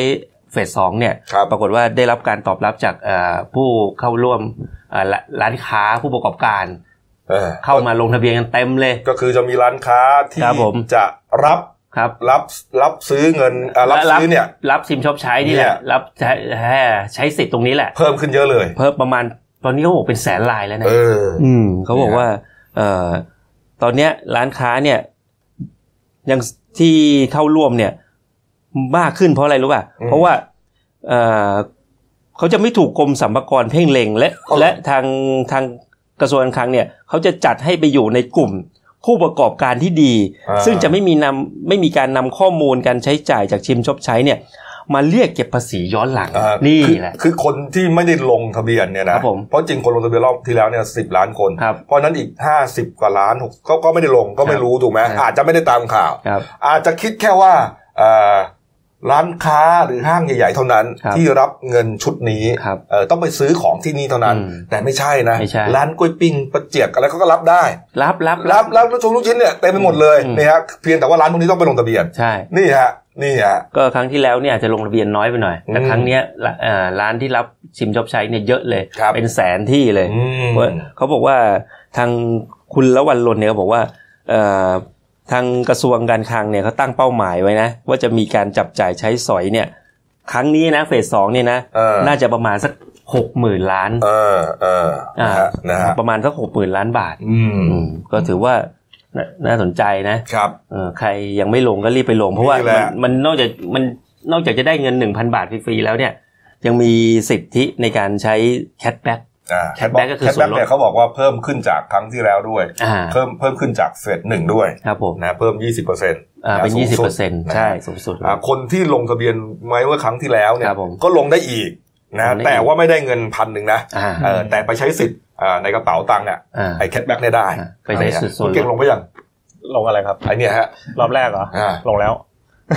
Speaker 2: เฟสสองเนี่ย
Speaker 1: ครับ
Speaker 2: ปรากฏว่าได้รับการตอบรับจากเอ่อผู้เข้าร่วมเอ่อร้านร้านค้าผู้ประกอบการ
Speaker 1: เออ
Speaker 2: เข้ามาลงทะเบียนกันเต็มเลย
Speaker 1: ก็คือจะมีร้านค้าที่
Speaker 2: ครับผม
Speaker 1: จะรับ
Speaker 2: ครับ
Speaker 1: รับรับซื้อเงินอ่ะรับ
Speaker 2: และรับ
Speaker 1: ซื้อเนี่ย
Speaker 2: รับชิมชอบใช้นี่แห
Speaker 1: เนี่ย
Speaker 2: ละรับใช้ใช้สิทธิ์ตรงนี้แหละ
Speaker 1: เพิ่มขึ้นเยอะเลย
Speaker 2: เพิ่มประมาณตอนนี้เขาบอกเป็นแสนลายแล้วนะ
Speaker 1: เออ
Speaker 2: อืมเขาบอกว่าเอ่อตอนเนี้ยร้านค้าเนี่ยยังที่เข้าร่วมเนี่ย มากขึ้นเพราะอะไรรู้ป่ะ
Speaker 1: อืม
Speaker 2: เพราะว่าเอ่อเขาจะไม่ถูกกรมสรรพากรเพ่งเล็งและ
Speaker 1: อ๋อ
Speaker 2: และทางทางกระทรวงการคลังเนี่ยเขาจะจัดให้ไปอยู่ในกลุ่มผู้ประกอบการที่ดี
Speaker 1: อ่า
Speaker 2: ซึ่งจะไม่มีนำไม่มีการนำข้อมูลการใช้จ่ายจากชิมชอบใช้เนี่ย มาเรียกเก็บภาษีย้อนหลัง
Speaker 1: อ่า
Speaker 2: นี่
Speaker 1: คือ
Speaker 2: แหละ
Speaker 1: คือคนที่ไม่ได้ลงทะเบียนเนี่ย
Speaker 2: ครั
Speaker 1: นะ
Speaker 2: บผม
Speaker 1: เพราะจริงคนลงทะเบียนรอบที่แล้วเนี่ยสิบล้านคน
Speaker 2: ครับ
Speaker 1: เพราะฉะนั้นอีกห้าสิบกว่าล้านหกก็ก็ไม่ได้ลงก็ไม่รู้ถูกไหม
Speaker 2: ครับ
Speaker 1: อาจจะไม่ได้ตามข่าว
Speaker 2: ครับ
Speaker 1: อาจจะคิดแค่ว่าเอ่อร้านค้าหรือห้างใหญ่ ๆ เท่านั้น
Speaker 2: ครับ
Speaker 1: ที่รับเงินชุดนี้
Speaker 2: ครับ
Speaker 1: เอ่อต้องไปซื้อของที่นี่เท่านั้น
Speaker 2: อืม
Speaker 1: แต่ไม่ใช่นะ
Speaker 2: ไม่ใช่
Speaker 1: ร้านกล้วยปิ้งประเจียกอะไรเขาก็รับได้
Speaker 2: รับรับ
Speaker 1: รับรับลูกชุบลูกชิ้นเนี่ยเต็มไปหมดเลยนี่ฮะเพียงแต่ว่าร้านพวกนี้ต้องไปลงทะเบียน
Speaker 2: ใช่
Speaker 1: นี่ฮะนี่ฮะ
Speaker 2: ก็ครั้งที่แล้วเนี่ยอาจจะลงทะเบียนน้อยไปหน่อย แต่
Speaker 1: อืม
Speaker 2: ครั้งเนี้ยละเอ่อร้านที่รับชิมชอบใช้เนี่ยเยอะเลย
Speaker 1: ครับ
Speaker 2: เป็นแสนที่เลย
Speaker 1: อืม
Speaker 2: เพราะเขาบอกว่าทางคุณละวันลนเนี่ยเขาบอกว่าเอ่อทางกระทรวงการคลังเนี่ยเขาตั้งเป้าหมายไว้นะ ว่าจะมีการจับจ่ายใช้สอยเนี่ย ครั้งนี้นะเฟสสองเนี่ยนะ
Speaker 1: เออ
Speaker 2: น่าจะประมาณสักหกหมื่นล้าน
Speaker 1: เออเออนะฮะนะฮะ
Speaker 2: ประมาณสักหกหมื่นล้านบาท
Speaker 1: อืม
Speaker 2: อืมก็ถือว่าน่าน่าสนใจนะ
Speaker 1: ครับ
Speaker 2: เออใครยังไม่ลงก็รีบไปลง เพราะว่า
Speaker 1: นี่แห
Speaker 2: มัน
Speaker 1: ละ
Speaker 2: มันนอกจากมันนอกจากจะได้เงิน 1,000 บาทฟรีๆแล้วเนี่ย ยังมีสิทธิในการใช้แคชแบ็ก
Speaker 1: แคทแบ็
Speaker 2: Cashback ก็คือส่
Speaker 1: แบ็
Speaker 2: วนลด
Speaker 1: เนี่ยเขาบอกว่าเพิ่มขึ้นจากครั้งที่แล้วด้วย
Speaker 2: อ่า
Speaker 1: เพิ่มเพิ่มขึ้นจากเฟสหนึ่งด้วย
Speaker 2: ครับผม
Speaker 1: นะเพิ่ม 20%เปอร์เซ็นต์
Speaker 2: อ่าเป็น
Speaker 1: สูงสุด
Speaker 2: 20%ใช่
Speaker 1: นะ
Speaker 2: สูงสุด
Speaker 1: คนที่ลงทะเบียนไว้เมื่อครั้งที่แล้วเนี่
Speaker 2: ค
Speaker 1: ย
Speaker 2: รับผม
Speaker 1: ก็ลงได้อีก
Speaker 2: ล
Speaker 1: นะ
Speaker 2: งได้อีก
Speaker 1: แต่ว่าไม่ได้เงินพันหนึ่งนะ
Speaker 2: อ่า
Speaker 1: เออแต่ไปใช้สิทธิ์อ่าในกระเป๋าตังค์เนี่ย
Speaker 2: อ่า
Speaker 1: ไอ้แคทแบ็กเนี่ยได้
Speaker 2: ไปใช้สิทธิ์ส่วน
Speaker 1: คุ
Speaker 2: ลด
Speaker 1: ณเก่งลงไปยัง
Speaker 3: ลงอะไรครับ
Speaker 1: ไอ้เนี่ยฮะ
Speaker 3: รอบแรกเหรอ
Speaker 1: อ่า
Speaker 3: ลงแล้ว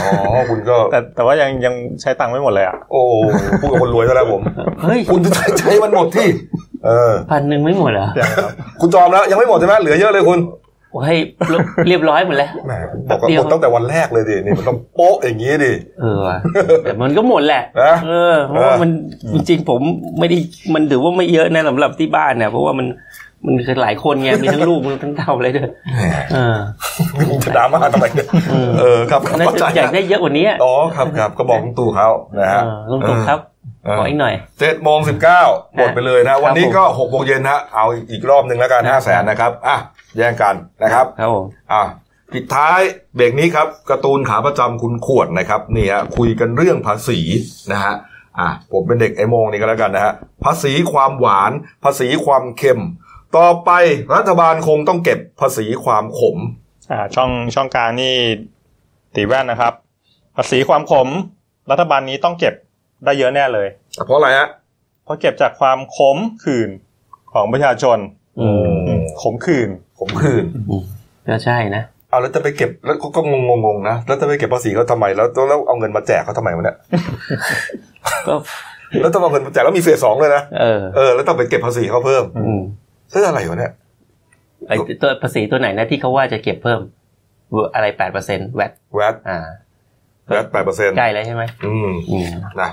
Speaker 1: อ๋อคุณก็
Speaker 3: แต่แต่ว่ายังยังใช้ตังค์ไม่หมดเลยอ่ะ
Speaker 1: โอ้พูดกับคนรวยซะแล้วผม
Speaker 2: เฮ้ย
Speaker 1: คุณจะใช้มันหมดที่ เออ
Speaker 2: พันหนึ่งไม่หมดเหรอ
Speaker 3: ยังครับ
Speaker 1: คุณจอมแล้วยังไม่หมดใช่ไหมเหลือเยอะเลยคุณ
Speaker 2: โอ้ยเรียบเรียบร้อยหมดแล้ว
Speaker 1: แหมบอกว่า
Speaker 2: แป๊บเดี
Speaker 1: ห
Speaker 2: ย
Speaker 1: ม
Speaker 2: ว
Speaker 1: ดตั้งแต่วันแรกเลยดินี่มันต้องโป๊ะอย่างนี้ดิ
Speaker 2: เออว่ะแต่มันก็หมดแหละ
Speaker 1: นะ
Speaker 2: เออเพราะว่า
Speaker 1: เออ
Speaker 2: มันจริงๆผมไม่ได้มันถือว่าไม่เยอะนะสำหรับที่บ้านเนี่ยเพราะว่ามันมันคือหลายคนไงมีทั้งลูกมีทั้งเต่าอะไรด้วย
Speaker 1: แหม
Speaker 2: เออ
Speaker 1: มึงจะดราม่าทำ ไมเนี่ย
Speaker 2: เออ
Speaker 1: เออครับครับ
Speaker 2: น่า
Speaker 1: เข้าใจ
Speaker 2: จะอยาก
Speaker 1: นะ
Speaker 2: ได้เยอะกว่านี้อะ
Speaker 1: อ๋อครับครับก็บอกลุงตู่เขานะฮะ
Speaker 2: เออลุงตู่ครับ
Speaker 1: เออ
Speaker 2: ขออีกหน่อย
Speaker 1: เจ็ดโมงสิบเก้าหมดไปเลยนะ วันนี้
Speaker 2: ผม
Speaker 1: ก็หกโมงเย็นนะเอาอีกรอบหนึ่งแล้วกัน
Speaker 2: ครับ
Speaker 1: ห้าแสนนะครับ อ่ะ แย่งกันนะครับ
Speaker 2: ครับผม
Speaker 1: อ่ะปิดท้ายเบรกนี้ครับการ์ตูนขาประจำคุณขวดนะครับนี่ฮะคุยกันเรื่องภาษีนะฮะอ่ะผมเป็นเด็กไอโมงนี่ก็แล้วกันนะฮะภาษีความหวาน ภาษีความเค็ม ต่อไปรัฐบาลคงต้องเก็บภาษีความขม
Speaker 3: อ่าช่องช่องกลางนี่ตีแว่นนะครับ ภาษีความขม รัฐบาลนี้ต้องเก็บได้เยอะแน่เลย
Speaker 1: เพราะอะไรฮะ
Speaker 3: เพราะเก็บจากความขมขื่นของประชาชน
Speaker 2: อืม
Speaker 3: อืมขมขื่น
Speaker 1: ขมขื่น
Speaker 2: ก็ใช่นะ
Speaker 1: เอาแล้วจะไปเก็บแล้วก็ก็งงๆนะแล้วจะไปเก็บภาษีเขาทำไมแล้วแล้วแล้วเอาเงินมาแจกเขาทำไมวะเนี่ย
Speaker 2: ก็
Speaker 1: แล้วต้องเอาเงินมาแจกแล้วมีเฟสสองเลยนะ
Speaker 2: เออ
Speaker 1: เออแล้วต้องไปเก็บภาษีเขาเพิ่ม
Speaker 2: อืม
Speaker 1: เพื่ออะไรวะเนี่ย
Speaker 2: ไอตัวภาษีตัวไหนนะที่เขาว่าจะเก็บเพิ่มอะไรแปดเปอร์เซ็นต์แวด
Speaker 1: แวด
Speaker 2: อ่า
Speaker 1: แวดแปดเปอร์เซ็นต์
Speaker 2: ใกล้แล้วใช่ไหม
Speaker 1: อืม
Speaker 2: อืม
Speaker 1: นะ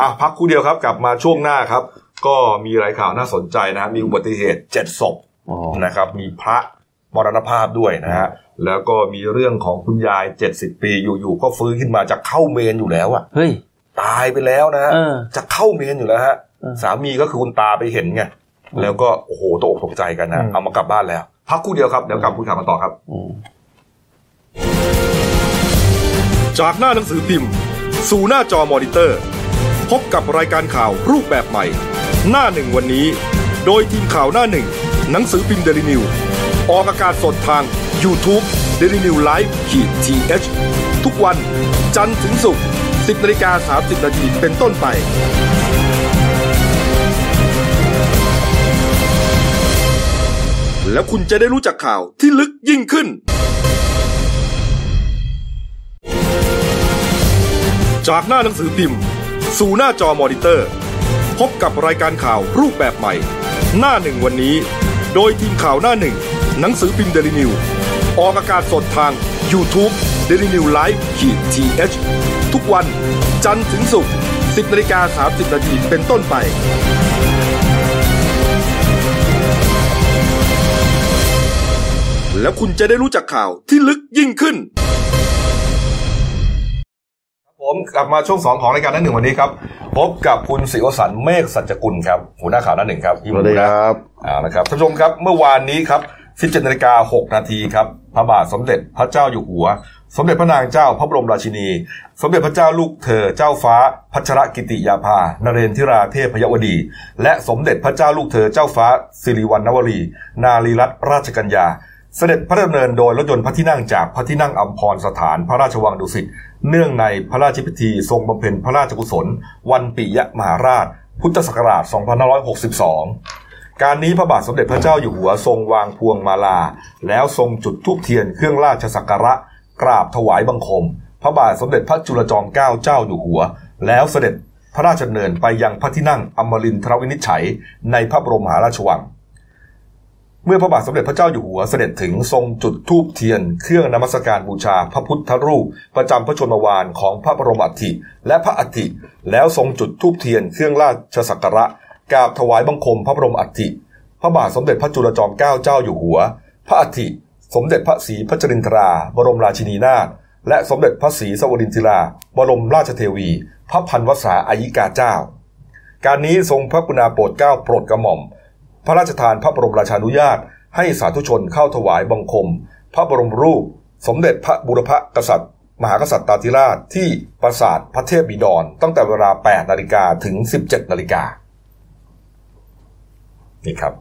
Speaker 1: อ่ะพักครู่เดียวครับกลับมาช่วงหน้าครับ ก็มีรายข่าวน่าสนใจนะ มีอุบัติเหตุเจ็ดศพ
Speaker 2: โอ้
Speaker 1: นะครับ มีพระ มรณภาพด้วยนะฮะแล้วก็มีเรื่องของคุณยาย 70 ปีอยู่ๆก็ฟื้นขึ้นมาจากเข้าเมนอยู่แล้วอะ
Speaker 2: เฮ้ย
Speaker 1: ตายไปแล้วนะฮะ
Speaker 2: เออ
Speaker 1: จะเข้าเมนอยู่แล้วฮะ
Speaker 2: เออ
Speaker 1: สามีก็คือคุณตาไปเห็นไงแล้วก็โอ้โหตกอกตกใจกันนะ
Speaker 3: อืม
Speaker 1: เอามากลับบ้านแล้ว พักครู่เดียวครับเดี๋ยวกลับคุณข่าวมาต่อครับ
Speaker 2: อืม
Speaker 1: จากหน้าหนังสือพิมพ์ สู่หน้าจอมอนิเตอร์ พบกับรายการข่าวรูปแบบใหม่ หน้าหนึ่งวันนี้ โดยทีมข่าวหน้าหนึ่ง หนังสือพิมพ์เดลิวิวออกอากาศสดทาง YouTube d e l i n e w l i v e ขีดทีเทุกวันจันทร์ถึงศุกร์10นาฬิกา30นาทีเป็นต้นไป แล้วคุณจะได้รู้จักข่าวที่ลึกยิ่งขึ้น จากหน้าหนังสือพิมพ์ สู่หน้าจอมอนิเตอร์ พบกับรายการข่าวรูปแบบใหม่ หน้าหนึ่งวันนี้ โดยทีมข่าวหน้าหนึ่ง หนังสือพิมพ์เดลิวิวออกอากาศสดทาง YouTube d e l i n e w l i v e ขีดทีเทุกวันจันทร์ถึงศุกร์10นาฬิกา30นาทีเป็นต้นไป แล้วคุณจะได้รู้จักข่าวที่ลึกยิ่งขึ้น ผมกลับมาช่วงสองของรายการหนั่นหนึ่งวันนี้ครับ พบกับคุณศิวสันต์เมฆสัจกุลครับหัวหน้าข่าวหนั่นหนึ่งครับพี่ห
Speaker 5: ส
Speaker 1: มู
Speaker 5: วัสดี
Speaker 1: นะครับ เอาละครับท่านผู้ชมครับเมื่อวานนี้ครับ17นาฬิกา6นาทีครับพระบาทสมเด็จพระเจ้าอยู่หัว สมเด็จพระนางเจ้าพระบรมราชินี สมเด็จพระเจ้าลูกเธอเจ้าฟ้าพัชรกิติยาภานเรนทิราเทพยวดี และสมเด็จพระเจ้าลูกเธอเจ้าฟ้าสิริวัณณวรี นารีรัตนราชกัญญา เสด็จพระดำเนินโดยรถยนต์พระที่นั่งจากพระที่นั่งอัมพรสถานพระราชวังดุสิต เนื่องในพระราชพิธีทรงบำเพ็ญพระราชกุศล วันปิยมหาราช พุทธศักราช 2562 การนี้พระบาทสมเด็จพระเจ้าอยู่หัวทรงวางพวงมาลา แล้วทรงจุดธูปเทียนเครื่องราชสักการะ กราบถวายบังคม พระบาทสมเด็จพระจุลจอมเกล้าเจ้าอยู่หัว แล้วเสด็จพระราชดำเนินไปยังพระที่นั่งอมรินทรวินิจฉัย ในพระบรมมหาราชวัง เมื่อพระบาทสมเด็จพระเจ้าอยู่หัวเสด็จถึงทรงจุดธูปเทียน เครื่องนมัสการบูชาพระพุทธรูป ประจำพระชนมวานของพระบรมอัฐิและพระอัฐิแล้วทรงจุดธูปเทียนเครื่องราชสักการะกราบถวายบังคมพระบรมอัฐิพระบาทสมเด็จพระจุลจอมเกล้าเจ้าอยู่หัว พระอัฐิสมเด็จพระศรีพระจรินทรา บรมราชินีนาถและสมเด็จพระศรีสวรินทรา บรมราชเทวี พระพันวษาอายิกาเจ้า การนี้ทรงพระกรุณาโปรดเกล้าโปรดกระหม่อม พระราชทานพระบรมราชานุญาต ให้สาธุชนเข้าถวายบังคม พระบรมรูป สมเด็จพระบุรพกษัตริย์ มหากษัตริย์ตาธิราชที่ปราสาทพระเทพบิดร ตั้งแต่เวลา 8 นาฬิกาถึง 17 นาฬิกานี่ครับ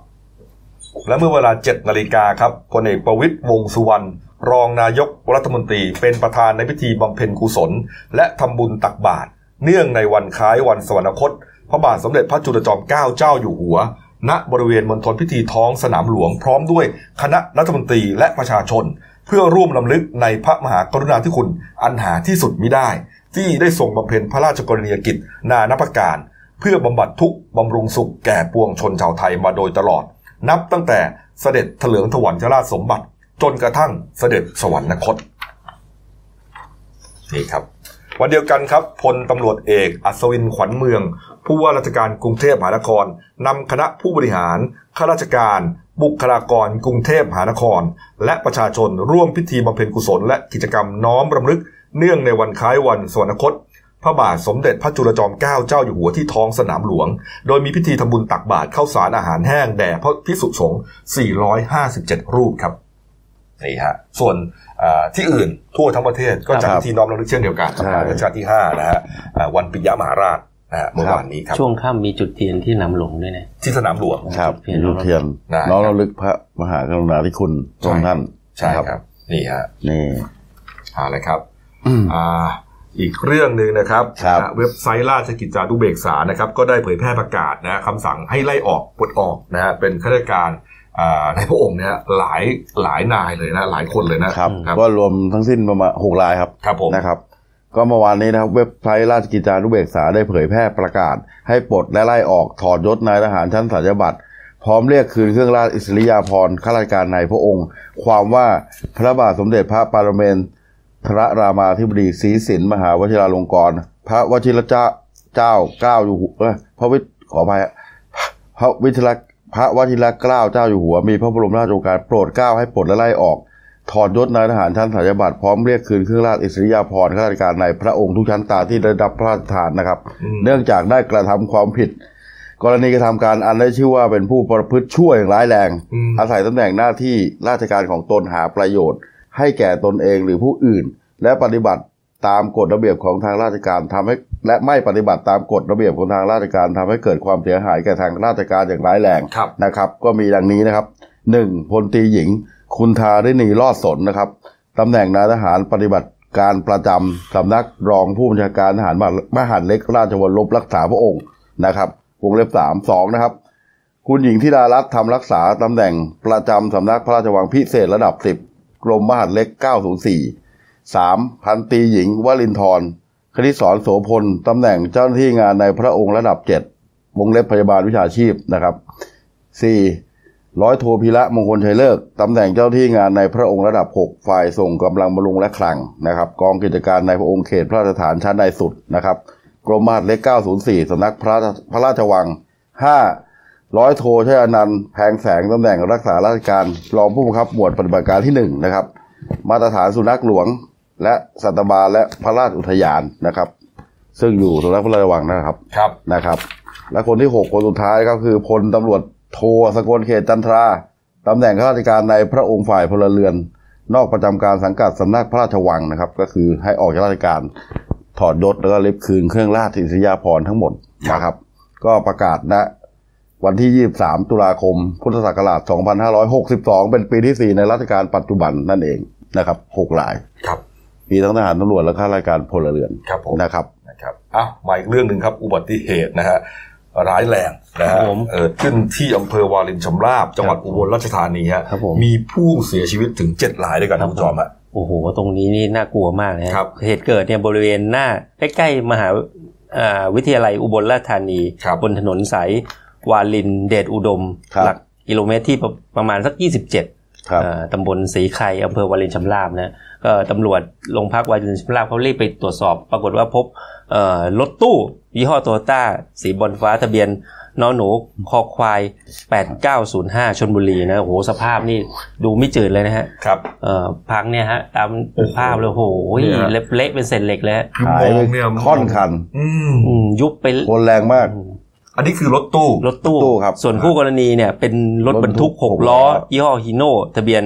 Speaker 1: และเมื่อเวลา 7 นาฬิกาครับพลเอกประวิตยวงษ์สุวรรณรองนายกรัฐมนตรีเป็นประธานในพิธีบำเพ็ญกุศล และทำบุญตักบาตรเนื่องในวันคล้ายวันสวรรคต พระบาทสมเด็จพระจุลจอมเกล้าเจ้าอยู่หัว ณบริเวณมณฑลพิธีท้องสนามหลวงพร้อมด้วยคณะรัฐมนตรีและประชาชน เพื่อร่วมลำลึกในพระมหากรุณาธิคุณอันหาที่สุดมิได้ ที่ได้ส่งบำเพ็ญพระราชกรณียกิจ นานับประการ เพื่อบำบัดทุกข์บำรุงสุขแก่ปวงชนชาวไทยมาโดยตลอด นับตั้งแต่เสด็จเถลิงถวัลยราชสมบัติ จนกระทั่งเสด็จสวรรคตนี่ครับ วันเดียวกันครับพลตำรวจเอกอัศวินขวัญเมือง ผู้ว่าราชการกรุงเทพมหานครนำคณะผู้บริหารข้าราชการ บุคลากร กรุงเทพมหานคร และประชาชนร่วมพิธีบำเพ็ญกุศล และกิจกรรมน้อมรำลึก เนื่องในวันคล้ายวันสวรรคต พระบาทสมเด็จพระจุลจอมเกล้าเจ้าอยู่หัวที่ท้องสนามหลวง โดยมีพิธีทำบุญตักบาตรข้าวสารอาหารแห้งแด่พระภิกษุสงฆ์457 รูปครับนี่ฮะส่วนเอ่อที่อื่นทั่วทั้งประเทศก็จัด
Speaker 5: ครับ
Speaker 1: พิธีน้อมรำลึกเช่นเดียวกัน
Speaker 5: ใช่
Speaker 1: รัชกาลที่5นะฮะเอ่อวันปิยมหาราชนะฮะเมื่อวานนี้ครับ
Speaker 2: ช่วงค่ำมีจุดเทียนที่นำหลงด้วยนะ
Speaker 1: ที่สนามหลวง
Speaker 5: ครับ
Speaker 2: เทียน
Speaker 5: ลูกเทียน
Speaker 1: ได้ครับ
Speaker 5: น้อมรำลึกพระมหากรุณาธิคุณพระอง
Speaker 1: ใช่
Speaker 5: ค์ท่าน
Speaker 1: ใช่
Speaker 5: นะครับ
Speaker 1: นี่ฮะ
Speaker 5: นี่
Speaker 1: เอาละครับ อ่าอีกเรื่องหนึ่งนะครับ
Speaker 5: ครับ
Speaker 1: นะเว็บไซต์ราชกิจจานุเบกษานะครับก็ได้เผยแพร่ประกาศนะคำสั่งให้ไล่ออกปลดออกนะฮะเป็นข้าราชการอ่าในพระองค์เนี่ยหลายหลายนายเลยนะหลายคนเลยนะครับ ครับ
Speaker 5: ก็รวมทั้งสิ้นประมาณหกรายครับ
Speaker 1: ครับผม
Speaker 5: นะครับ ก็เมื่อวานนี้นะครับเว็บไซต์ราชกิจจานุเบกษาได้เผยแพร่ประกาศ ให้ปลดและไล่ออกถอดยศนายทหารชั้นสัญญาบัตรพร้อมเรียกคืนเครื่องราชอิสริยาภรณ์ข้าราชการในพระองค์ ความว่าพระบาทสมเด็จพระปรเมนทรรามาธิบดีศรีสินมหาวชิราลงกรณ์พระวชิรเจ้าเจ้าเกล้าอยู่หัวเอ้ยพระวิทขออภัยฮะพระวิทร พระวชิรเกล้าเจ้าอยู่หัวมีพระบรมราชโองการโปรดเกล้าให้ปลดและไล่ออก ถอดยศนายทหารชั้นสาญญาบัตรพร้อมเรียกคืนเครื่องราชอิสริยาภรณ์ข้าราชการในพระองค์ทุกชั้นตาที่ได้รับพระราชทานนะครับ
Speaker 1: อืม
Speaker 5: เนื่องจากได้กระทำความผิด กรณีกระทำการอันได้ชื่อว่าเป็นผู้ประพฤติชั่วอย่างร้ายแรง
Speaker 1: อืม
Speaker 5: อาศัยตำแหน่งหน้าที่ราชการของตนหาประโยชน์ ให้แก่ตนเองหรือผู้อื่น และปฏิบัติตามกฎระเบียบของทางราชการทำให้และไม่ปฏิบัติตามกฎระเบียบของทางราชการทำให้เกิดความเสียหายแก่ทางราชการอย่างร้ายแรง
Speaker 1: ครับ
Speaker 5: นะครับก็มีดังนี้นะครับ 1. พลตรีหญิง คุณทาริณีรอดสนนะครับตำแหน่งนายทหารปฏิบัติการประจำสำนักรองผู้บัญชาการทหารมหามหารเล็กราชวรลบรักษาพระองค์นะครับวงเล็บสามสองนะครับ คุณหญิงธิดารัตน์ทำรักษาตำแหน่งประจำสำนักพระราชวังพิเศษระดับ 10 กรมมหาดเล็ก 904 3. พันตรีหญิงวลินทรคณิตสอนโสพลตำแหน่งเจ้าหน้าที่งานในพระองค์ระดับ 7 วงเล็บพยาบาลวิชาชีพนะครับ สี่ร้อยโทพิระมงคลชัยเลิกษ์ตำแหน่งเจ้าที่งานในพระองค์ระดับ 6 ฝ่ายส่งกำลังบำรุงและคลังนะครับ กองกิจการในพระองค์เขตพระราชฐานชั้นในสุดนะครับ กรมมหาดเล็ก 904สำนักพระราชพระราชวัง 5. ร้อยโทชัยอนันต์แพงแสงตำแหน่งรักษาราชการรองผู้บังคับหมวดปฏิบัติการที่ 1 นะครับ มาตรฐานสุนัขหลวง และสัตบาลและพระราชอุทยานนะครับ ซึ่งอยู่สำนักพระราชวังนะครับ
Speaker 1: ครับ
Speaker 5: นะครับ และคนที่ 6 คนสุดท้ายก็คือพลตำรวจโทสกลเขตจันทราตำแหน่งข้าราชการในพระองค์ฝ่ายพลเรือน นอกประจำการสังกัดสำนักพระราชวังนะครับ ก็คือให้ออกจากราชการถอดยศแล้วก็เล็บคืนเครื่องราชอิสริยาภรณ์ทั้งหมดนะครับ ก็ประกาศณวันที่ 23 ตุลาคม พุทธศักราช 2562 เป็นปีที่ 4 ในรัชกาลปัจจุบันนั่นเองนะครับ6ราย
Speaker 1: ครับ
Speaker 5: มีทั้งทหารตำรวจและข้าราชการพลเรือน
Speaker 1: ครับผม
Speaker 5: นะครับ
Speaker 1: นะครับอ่ะมาอีกเรื่องหนึ่งครับ อุบัติเหตุนะฮะ ร้ายแรงนะ
Speaker 2: ครั
Speaker 1: ฮะ
Speaker 2: บผม
Speaker 1: เกิดขึ้นที่อำเภอวารินชำราบ จังหวัดอุบลราชธานีฮะ
Speaker 5: ครับผม
Speaker 1: มีผู้เสียชีวิตถึงเจ็ดรายด้วยกันนะคุณจอมฮะ
Speaker 2: โอ้โห ตรงนี้นี่น่ากลัวมากนะครับ เหตุเกิดเนี่ยบริเวณหน้าใกล้ๆมหาอ่าวิทยาลัยอุบลราชธานี
Speaker 1: ครับ
Speaker 2: บนถนนสายวาลินเดชอุดม
Speaker 5: ครับ
Speaker 2: หลักิโลเมตรที่ประประมาณสัก 27
Speaker 5: ครับ
Speaker 2: เอ่อตำบลสีไข่อำเภอวารินชำราบนะก็ตำรวจโรงพักวารินชำราบเขารีบไปตรวจสอบ ปรากฏว่าพบเอ่อรถตู้ ยี่ห้อโตโยต้า สีบรอนฟ้าทะเบียนนอหนูคอควาย 8905ชนบุรีนะโอ้โหสภาพนี่ดูไม่จืดเลยนะฮะ
Speaker 1: ครับ
Speaker 2: เอ่อพังเนี่ยฮะ ตามภาพเลยโอ้โห
Speaker 1: เนี่ย
Speaker 2: เละเละเป็นเศษเหล็กเลยฮะ
Speaker 1: คือ
Speaker 5: หาย
Speaker 1: ม
Speaker 5: ไป
Speaker 1: องเนี่ย
Speaker 5: ค่อนคัน
Speaker 1: อืม
Speaker 2: อืมยุบไป
Speaker 5: คนแรงมาก
Speaker 1: อันนี้คือรถตู้
Speaker 2: รถตู้
Speaker 5: รถตู้ครับ
Speaker 2: ส่วนคู่กรณีเนี่ยเป็นรถบรรทุก
Speaker 5: รถบรรทุก
Speaker 2: 6 ล้อ
Speaker 5: หกล้อ
Speaker 2: ยี่ห้อฮีโน่ทะเบียน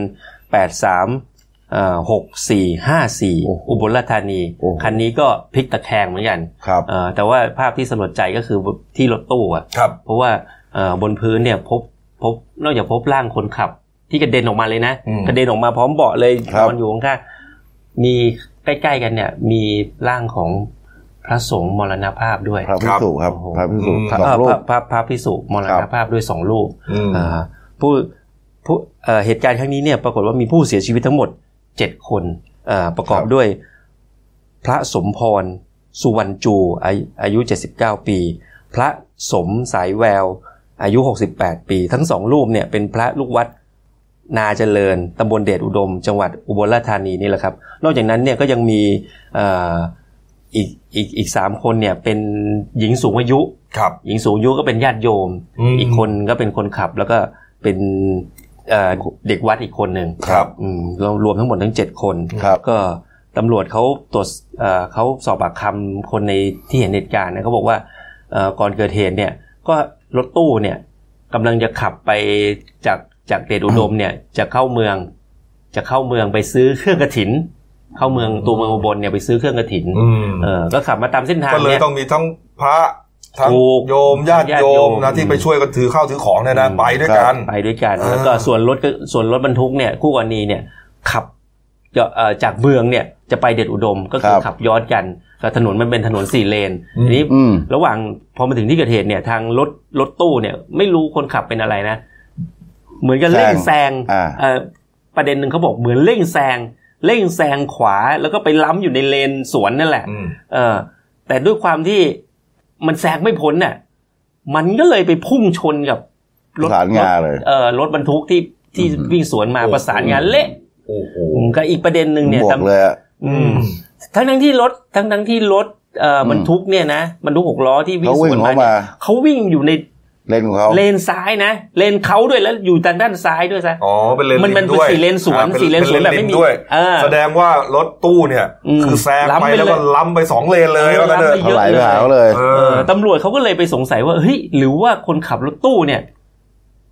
Speaker 2: 83อ่า
Speaker 5: โอ้โห
Speaker 2: 6454 อุบลราชธานี
Speaker 5: โอ้โห
Speaker 2: คันนี้ก็พลิกตะแคงเหมือนกัน
Speaker 5: ครับ
Speaker 2: เอ่อแต่ว่าภาพที่สลดใจก็คือที่รถตู้อะ
Speaker 1: ครับ
Speaker 2: เพราะว่าเอ่อบนพื้นเนี่ยพบพบนอกจากพบร่างคนขับ ที่กระเด็นออกมาเลยนะ
Speaker 1: อืม
Speaker 2: กระเด็นออกมาพร้อมเบาะเลย
Speaker 5: ครับ
Speaker 2: นอนอยู่ข้างๆมีใกล้ๆกันเนี่ย มีร่างของพระสงฆ์มรณภาพด้วย
Speaker 5: พระพิสุครับ
Speaker 2: โอ้โห
Speaker 5: พระพิสุ
Speaker 1: อืม
Speaker 5: สอง
Speaker 2: เอ่อ
Speaker 5: รู
Speaker 2: พ
Speaker 5: ป
Speaker 2: ระพระพระพิสุมร
Speaker 5: ครั
Speaker 2: ณ
Speaker 5: บ
Speaker 2: ภาพด้วยสองรูป
Speaker 1: อืม
Speaker 2: อ่าผู้ผู้เอ่อเหตุการณ์ครั้งนี้เนี่ยปรากฏว่ามีผู้เสียชีวิตทั้งหมดเจ็ดคนอ่าประกอบ
Speaker 1: ครับ
Speaker 2: ด้วยพระสมพร สุวรรณจูอายุอายุ 79 ปี พระสมสายแวว อายุ 68 ปี ทั้งสองรูปเนี่ยเป็นพระลูกวัดนาเจริญตำบลเดชอุดม จังหวัดอุบลราชธานีนี่แหละครับ นอกจากนั้นเนี่ยก็ยังมีเอ่ออีกอีกอีกสามคนเนี่ยเป็นหญิงสูงอายุ
Speaker 1: ครับ
Speaker 2: หญิงสูงอายุก็เป็นญาติโยม
Speaker 1: อืม
Speaker 2: อีกคนก็เป็นคนขับ แล้วก็เป็นเอ่อเด็กวัดอีกคนหนึ่ง
Speaker 1: ครับ
Speaker 2: อืมเรารวมทั้งหมดทั้งเจ็ดคน
Speaker 5: ครับ
Speaker 2: ก็ตำรวจเขาตรวจเอ่อเขาสอบปากคำคนในที่เห็นเหตุการณ์นะเขาบอกว่าเอ่อก่อนเกิดเหตุเนี่ยก็รถตู้เนี่ยกำลังจะขับไปจากจากเดชอุดมเนี่ยจะเข้าเมือง จะเข้าเมืองไปซื้อเครื่องกระถิน เข้าเมืองตัวเมืองอุบลเนี่ยไปซื้อเครื่องกระถิน
Speaker 1: อืม
Speaker 2: เออก็ขับมาตามเส้นทาง
Speaker 1: ก็เลย
Speaker 2: เนี่ย
Speaker 1: ต้องมีทั้งพระทั้ง
Speaker 2: ถูก
Speaker 1: โยมญาติโยม
Speaker 2: ญาติโย
Speaker 1: นะ
Speaker 2: ม
Speaker 1: ที่ไปช่วยกันถือข้าวถือของเนี่ยนะ
Speaker 2: อืม
Speaker 1: ไปด้วยกัน
Speaker 2: ไปด้วยกัน
Speaker 1: อ่า
Speaker 2: แล้วก็ส่วนรถก็ส่วนรถบรรทุกเนี่ยคู่กรณีเนี่ยขับจะเอ่อจากเมืองเนี่ยจะไปเด็ดอุดมก็คือ
Speaker 5: ครับ
Speaker 2: ขับย้อนกันแต่ถนนมันเป็นถนนสี่เลนทีนี้
Speaker 5: อืม
Speaker 2: ระหว่างพอมาถึงที่เกิดเหตุเนี่ยทางรถรถตู้เนี่ยไม่รู้คนขับเป็นอะไรนะ เหมือนกับเร่งแซง
Speaker 5: อ่า
Speaker 2: เอ่อประเด็นหนึ่งเขาบอกเหมือนเร่งแซงเร่งแซงขวาแล้วก็ไปล้ำอยู่ในเลนสวนนั่นแหละ
Speaker 1: อืม
Speaker 2: เออแต่ด้วยความที่มันแซงไม่พ้นน่ะ มันก็เลยไปพุ่งชนกับ
Speaker 5: ประสานงาเลย
Speaker 2: เออรถบรรทุกที่ที่
Speaker 5: อืม
Speaker 2: วิ่งสวนมา
Speaker 1: โอ้โห
Speaker 2: ประสานงานเละ
Speaker 1: โอ้โห
Speaker 2: อืมก็อีกประเด็นหนึ่งเนี่ย
Speaker 5: บวกเลยอะ
Speaker 2: อืมทั้งทั้งที่รถทั้งทั้งที่รถเอ่ออ
Speaker 5: ม
Speaker 2: บรรทุกเนี่ยนะบรรทุกหกล้อที่วิ่
Speaker 5: เขา
Speaker 2: งส
Speaker 5: วิ่ง
Speaker 2: วนมา
Speaker 5: เข้า
Speaker 2: เนี่ย
Speaker 5: มา
Speaker 2: เขาวิ่งอยู่ใน
Speaker 5: เลนของเขา
Speaker 2: เลนซ้ายนะ เลนเขาด้วยแล้วอยู่ทางด้านซ้ายด้วยซะ
Speaker 1: อ๋อเป็นเลน
Speaker 2: มันมันเป็น
Speaker 1: ด้วย
Speaker 2: สี่เลนสวน
Speaker 1: อ่าป็
Speaker 2: สี่เลนสวน
Speaker 1: ป็
Speaker 2: แบบไม่มี
Speaker 1: ด้วย
Speaker 2: เออ
Speaker 1: แสดงว่ารถตู้เนี่ย
Speaker 2: อืม
Speaker 1: คือแซง
Speaker 2: ล้ำ
Speaker 1: ไป
Speaker 2: ไป
Speaker 1: แล้วก็
Speaker 2: เลย
Speaker 1: ล้ำไปสองเลนเลย
Speaker 2: เออ
Speaker 1: แล้วก็เดิน
Speaker 2: ล้ำ
Speaker 5: เขาไหลไปหาเขาเลย
Speaker 1: เอ
Speaker 2: เอ
Speaker 1: อ
Speaker 2: อตำรวจเขาก็เลยไปสงสัยว่าเฮ้ยหรือว่าคนขับรถตู้เนี่ย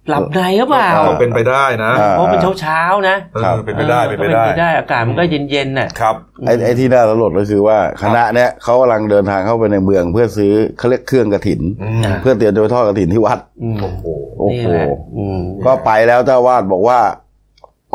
Speaker 2: หลับในหรือเปล่า
Speaker 1: ก็เป็นไปได้นะ
Speaker 5: อ่า
Speaker 2: เพราะเป็นเช้าเช้าๆนะครับ
Speaker 1: เออเป็นไปได้เป็นไป
Speaker 2: ออ
Speaker 1: ได้
Speaker 2: ก็อากาศมันก็เย็นเย็นๆน่ะ
Speaker 1: ครับ
Speaker 5: ไอ้ไอ้ที่น่าสลดก็คือว่าคณะเนี้ยเขากำลังเดินทางเข้าไปในเมืองเพื่อซื้อเขาเรียกเครื่องกระถิน
Speaker 1: อืม
Speaker 5: เพื่อเตรียมจะไปทอดกระถินที่วัด
Speaker 2: อืม
Speaker 1: โอ้โห
Speaker 5: โอ้
Speaker 2: นี่
Speaker 5: โห
Speaker 2: แหละอืม
Speaker 5: ก็ไปแล้วเจ้าวาดบอกว่า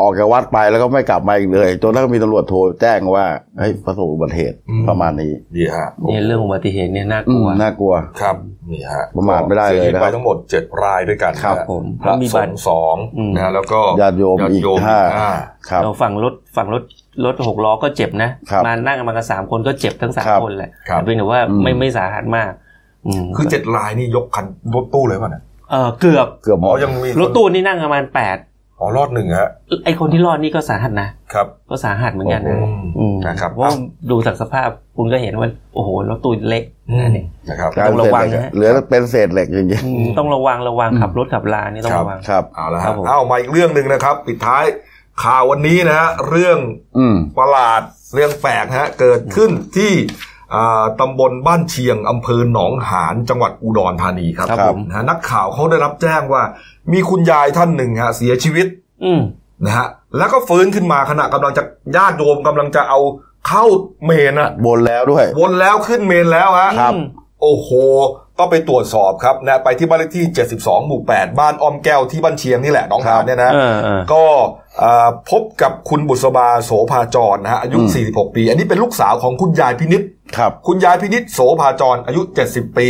Speaker 5: ออกจากวัดไปแล้วก็ไม่กลับมาอีกเลยจนกระทั่งมีตำรวจโทรแจ้งว่าเฮ้ยประสบอุบัติเหตุประมาณนี้
Speaker 1: ดีฮะ
Speaker 2: เนี่ยเรื่องอุบัติเหตุเนี่ยน่าก
Speaker 5: อื
Speaker 2: ลั
Speaker 5: ม
Speaker 2: ว
Speaker 5: น่ากลัว
Speaker 1: ครับนี่ฮะ
Speaker 5: ประมาทไม่ได้เลย
Speaker 1: สี
Speaker 5: นะ
Speaker 1: วิตไปทั้งหมดเจ็ดรายด้วยกัน
Speaker 5: ครับ
Speaker 1: นะฮะ
Speaker 2: ผม
Speaker 1: พระ
Speaker 2: มี
Speaker 1: ส
Speaker 2: บาต
Speaker 1: ง
Speaker 2: ร
Speaker 1: ฆ์สอง
Speaker 2: อืม
Speaker 1: นะฮะแล้วก็
Speaker 5: ญาติโยมอีกห้า
Speaker 1: อ่
Speaker 5: ครับ
Speaker 2: เราฝั่งรถฝั่งรถรถหกล้อก็เจ็บนะครับ มานั่งมากันสามคนก็เจ็บทั้งสาม
Speaker 5: ครับ
Speaker 2: คนแหละ
Speaker 1: ครับ
Speaker 2: แต่เพียงแต่ว่า
Speaker 5: อืม
Speaker 2: ไม่ไม่สาหัสมาก อืม
Speaker 1: คือเจ็ดรายนี่ยกคันรถตู้เลยป่ะเนี่ย
Speaker 2: เออเกือบ
Speaker 5: เกือบหม
Speaker 1: อ๋อ
Speaker 5: ด
Speaker 1: ยังมีคน
Speaker 2: รถตู้นี่นั่งประมาณแปด
Speaker 1: อ๋อรอดหนึ่งฮะ
Speaker 2: ไอคนที่รอดนี่ก็สาหัสนะครับ ก็สาหัสเหมือนกันนะ
Speaker 1: โอ้โห
Speaker 2: อืม
Speaker 1: นะครับ
Speaker 2: เพราะดูจากสภาพคุณก็เห็นว่า โอ้โหรถตู้เล็กนะเนี่ย
Speaker 1: นะครับ
Speaker 5: การ
Speaker 2: ต้องระ
Speaker 5: เศษ
Speaker 2: วัง
Speaker 5: เหล็ก
Speaker 2: นะ
Speaker 5: เหลือเป็นเศษเหล็กจริง
Speaker 2: อืมต้องระวังระวังขับรถขับลานี่ต้องระวัง
Speaker 5: ๆครับ
Speaker 1: เอาละ
Speaker 2: ครั
Speaker 1: ฮะ
Speaker 2: บผม
Speaker 1: เอามาอีกเรื่องหนึ่งนะครับ ปิดท้ายข่าววันนี้นะฮะเรื่อง
Speaker 5: อืม
Speaker 1: ประหลาดเรื่องแปลกฮะเกิดขึ้นที่อ่าตำบลบ้านเชียงอำเภอหนองหานจังหวัดอุดรธานีครับ
Speaker 5: ครับผม
Speaker 1: นะฮะนักข่าวเขาได้รับแจ้งว่า มีคุณยายท่านหนึ่งฮะเสียชีวิต
Speaker 2: อืม
Speaker 1: นะฮะแล้วก็ฟื้นขึ้นมาขณะกำลังจะญาติโยมกำลังจะเอาเข้าเมนอะ
Speaker 5: บนแล้วด้วย
Speaker 1: วนแล้วขึ้นเมนแล้วฮะ
Speaker 5: ครับ
Speaker 2: อืม
Speaker 1: โอ้โห ก็ไปตรวจสอบครับนะ ไปที่บ้านเลขที่ 72 หมู่ 8 บ้านอ้อมแก้วที่บ้านเชียงนี่แหละน้องหานเนี่ยนะ
Speaker 2: เออเออ
Speaker 1: ก็เอ่อพบกับคุณบุษบาโสภาจรนะฮะ อายุ
Speaker 5: อืม
Speaker 1: 46 ปี อันนี้เป็นลูกสาวของคุณยายพินิษ
Speaker 5: ครับ
Speaker 1: คุณยายพินิษโสภาจร อายุ 70 ปี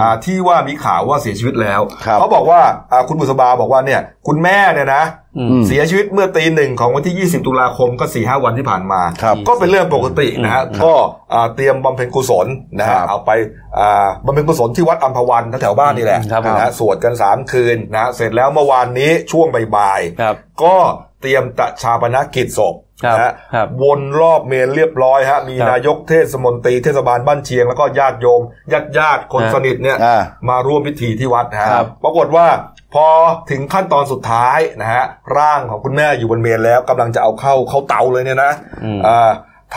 Speaker 1: อ่าที่ว่ามีข่าวว่าเสียชีวิตแล้ว
Speaker 5: ครับ
Speaker 1: เขาบอกว่าอ่าคุณบุษบาบอกว่าเนี่ย คุณแม่เนี่ยนะ
Speaker 2: อืม
Speaker 1: เสียชีวิตเมื่อตีหนึ่งของวันที่ 20 ตุลาคมก็4ีหวันที่ผ่านมา
Speaker 5: ครับ
Speaker 1: ก็เป็นเรื่องปกตินะฮะก็อ่าเตรียมบำเพ็ญกุศลนะ
Speaker 5: ค
Speaker 1: ฮะ
Speaker 5: รับ
Speaker 1: เอาไปอ่าบำเพ็ญกุศลที่วัดอัมพวันแถวๆบ้านนี่แหละ
Speaker 2: ครับผม
Speaker 1: นะฮะสวดกัน 3 คืนนะฮะเสร็จแล้วเมื่อวานนี้ช่วงบ่าย
Speaker 2: ครับ
Speaker 1: ๆก็เตรียมตะชาปนกิจศพ
Speaker 2: ครับ
Speaker 1: นะฮะ
Speaker 2: ครับ
Speaker 1: วนรอบเมนเรียบร้อยฮะมี
Speaker 2: ครับ
Speaker 1: นายกเทศมนตรีเทศบาลบ้านเชียง แล้วก็ญาติโยมญาติญาติๆคน
Speaker 2: ฮะ
Speaker 1: สนิทเนี่ย
Speaker 5: อ่า
Speaker 1: มาร่วมพิธีที่วัดนะฮะ
Speaker 5: ครับ
Speaker 1: ปรากฏว่าพอถึงขั้นตอนสุดท้ายนะฮะร่างของคุณแม่อยู่บนเมนแล้วกำลังจะเอาเข้าเข้าเตาเลยเนี่ยนะ
Speaker 2: อืม
Speaker 1: อ่า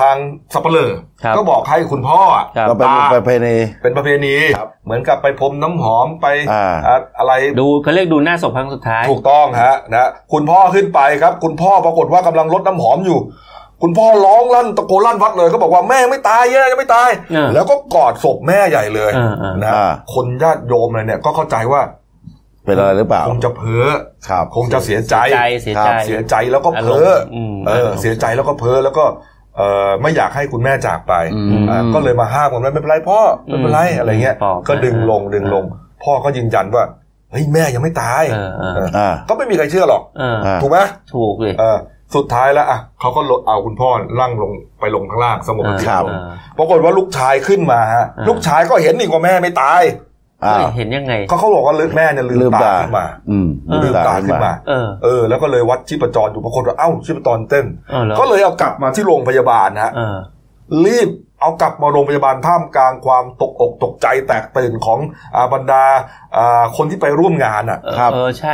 Speaker 1: ทางสับเปลือ
Speaker 2: ครับ
Speaker 1: ก็บอกให้คุณพ่ออะ
Speaker 2: ครับ
Speaker 5: ก็เป็นประเพณี
Speaker 1: เป็นประเพณี เหมือนกับไปพรมน้ำหอมไป
Speaker 5: อ่า
Speaker 1: อ่ะอะไร
Speaker 2: ดูเขาเรียกดูหน้าศพครั้งสุดท้าย
Speaker 1: ถูกต้องฮะนะคุณพ่อขึ้นไปครับ คุณพ่อปรากฏว่ากำลังรดน้ำหอมอยู่ คุณพ่อร้องลั่นตะโกนลั่นวัดเลยก็บอกว่าแม่ไม่ตายแย่ยังไม่ตาย
Speaker 2: เออ
Speaker 1: แล้วก็กอดศพแม่ใหญ่เลย
Speaker 2: เออเออ
Speaker 1: นะ
Speaker 5: อ่า
Speaker 1: คนญาติโยมอะไรเนี่ยก็เข้าใจว่า
Speaker 5: เป็นอะไรหรือเปล่า
Speaker 1: คงจะเพ้อ
Speaker 5: ครับ
Speaker 1: คงจะเสียใจ
Speaker 2: ใจเสียใจ
Speaker 1: เสียใจแล้วก็เพ้อ
Speaker 2: ารมณ์อืม
Speaker 1: เออ
Speaker 2: อารมณ์
Speaker 1: เสียใจแล้วก็เพ้อแล้วก็เออไม่อยากให้คุณแม่จากไป
Speaker 5: อืม
Speaker 1: อ่าก็เลยมาห้ามกันว่าไม่เป็นไรพ่อไม่เป็นไรอะไรเงี้ย
Speaker 2: ปอบนะ
Speaker 1: ก็ดึงลงดึงลง พ่อก็ยืนยันว่าเฮ้ยแม่ยังไม่ตาย
Speaker 2: เออเออ
Speaker 1: เออ
Speaker 5: อ่า
Speaker 1: ก็ไม่มีใครเชื่อหรอก
Speaker 2: เออ
Speaker 5: อ่า
Speaker 1: ถูกไหม
Speaker 2: ถูกเลย
Speaker 1: เออสุดท้ายแล้วอ่ะเขาก็ลดเอาคุณพ่อลั่งลงไปลงข้างล่างสงบสติ
Speaker 5: ครับ
Speaker 1: ล
Speaker 2: เอง อ
Speaker 1: ปรากฏว่าลูกชายขึ้นมาฮะ
Speaker 2: อ่า
Speaker 1: ลูกชายก็เห็นนี่ว่าแม่ไม่ตาย
Speaker 5: อ่า
Speaker 2: เฮ้ยเห็นยังไง
Speaker 1: เขาเขาบอกว่าแม่เนี่ยลืมตาขึ้นมา
Speaker 5: อืม
Speaker 2: ลื
Speaker 1: ลืม
Speaker 2: มตา
Speaker 1: ตาขึ้นมา
Speaker 2: เออ
Speaker 1: เออแล้วก็เลยวัดชีพจรอยู่ปรากฏว่าเอ้าชีพจรเต้น
Speaker 2: เออแล้ว
Speaker 1: ก็เลยเอากลับมาที่โรงพยาบาลนะฮะ
Speaker 2: เออ
Speaker 1: รีบเอากลับมาโรงพยาบาลท่ามกลางความตกอกตกใจแตกตื่นของอาบรรดาอ่าคนที่ไปร่วมงานอ่ะ
Speaker 2: เออเออ ใช่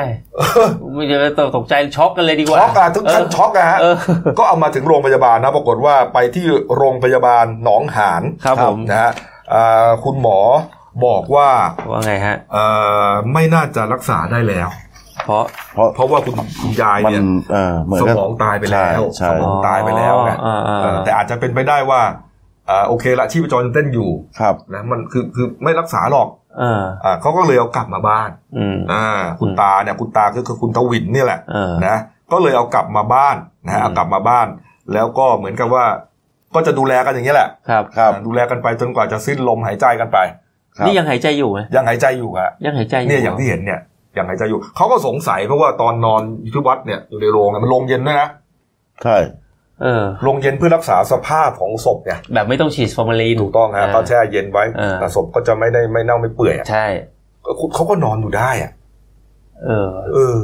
Speaker 2: ไม่จะตกตกใจช็อกกันเลยดีกว่า
Speaker 1: ช็อกอะทุกท่านช็อกอะฮะ
Speaker 2: เออ
Speaker 1: ก็เอามาถึงโรงพยาบาลนะปรากฏว่าไปที่โรงพยาบาลหนองหาน
Speaker 2: ครับผม
Speaker 1: นะฮะอ่าคุณหมอบอกว่า
Speaker 2: ว่าไงฮะ
Speaker 1: เอ่อไม่น่าจะรักษาได้แล้ว
Speaker 2: เพราะ
Speaker 5: เพราะ
Speaker 1: เพราะว่าคุณคุณยาย
Speaker 5: มัน
Speaker 1: เนี่ย
Speaker 5: เออเหมือน
Speaker 1: ส
Speaker 5: กับ
Speaker 1: มองตายไปแล้วส
Speaker 5: ใช่ใช่
Speaker 1: มองตายไปแล้วไง
Speaker 2: อ๋ออ่า
Speaker 1: เออ
Speaker 2: อ่า
Speaker 1: แต่อาจจะเป็นไปได้ว่าอ่าโอเคละชีพจรยังเต้นอยู่
Speaker 5: ครับ
Speaker 1: นะมันคือคือไม่รักษาหรอก
Speaker 2: เออ
Speaker 1: อ่าเขาก็เลยเอากลับมาบ้าน
Speaker 2: อืม
Speaker 1: อ่าคุณ
Speaker 2: อืม
Speaker 1: ตาเนี่ยคุณตาคือคือคุณทวินนี่แหละ
Speaker 2: เออ
Speaker 1: นะก็เลยเอากลับมาบ้านนะฮะ
Speaker 2: อืม
Speaker 1: เอากลับมาบ้าน แล้วก็เหมือนกับว่า ก็จะดูแลกันอย่างนี้ยแหละ
Speaker 2: ครับ
Speaker 5: ครับ
Speaker 1: ดูแลกันไปจนกว่าจะสิ้นลมหายใจกันไป
Speaker 5: ครับ
Speaker 2: นี่ยังหายใจอยู่ไหม
Speaker 1: ยังหายใจอยู่อะ
Speaker 2: ยังหายใจอยู่
Speaker 1: เนี่ยอย่างที่เห็นเนี่ยยังหายใจอยู่เขาก็สงสัยเพราะว่าตอนนอนอยู่ที่วัดเนี่ยอยู่ในโรงอะมันโรงเย็นด้วยนะ
Speaker 5: ใช่
Speaker 2: เออ
Speaker 1: โรงเย็นเพื่อรักษาสภาพของศพเนี่ย
Speaker 2: แบบไม่ต้องฉีดฟอร์มาลีน
Speaker 1: ถูกต้องฮะ
Speaker 2: อ่า
Speaker 1: ก็แช่เย็นไว้
Speaker 2: อ่า
Speaker 1: แต่ศพก็จะไม่ได้ไม่เน่าไม่เปื่อยอะ
Speaker 2: ใช่
Speaker 1: ก็คุณเขาก็นอนอยู่ได้อะ
Speaker 2: เออ
Speaker 1: เออ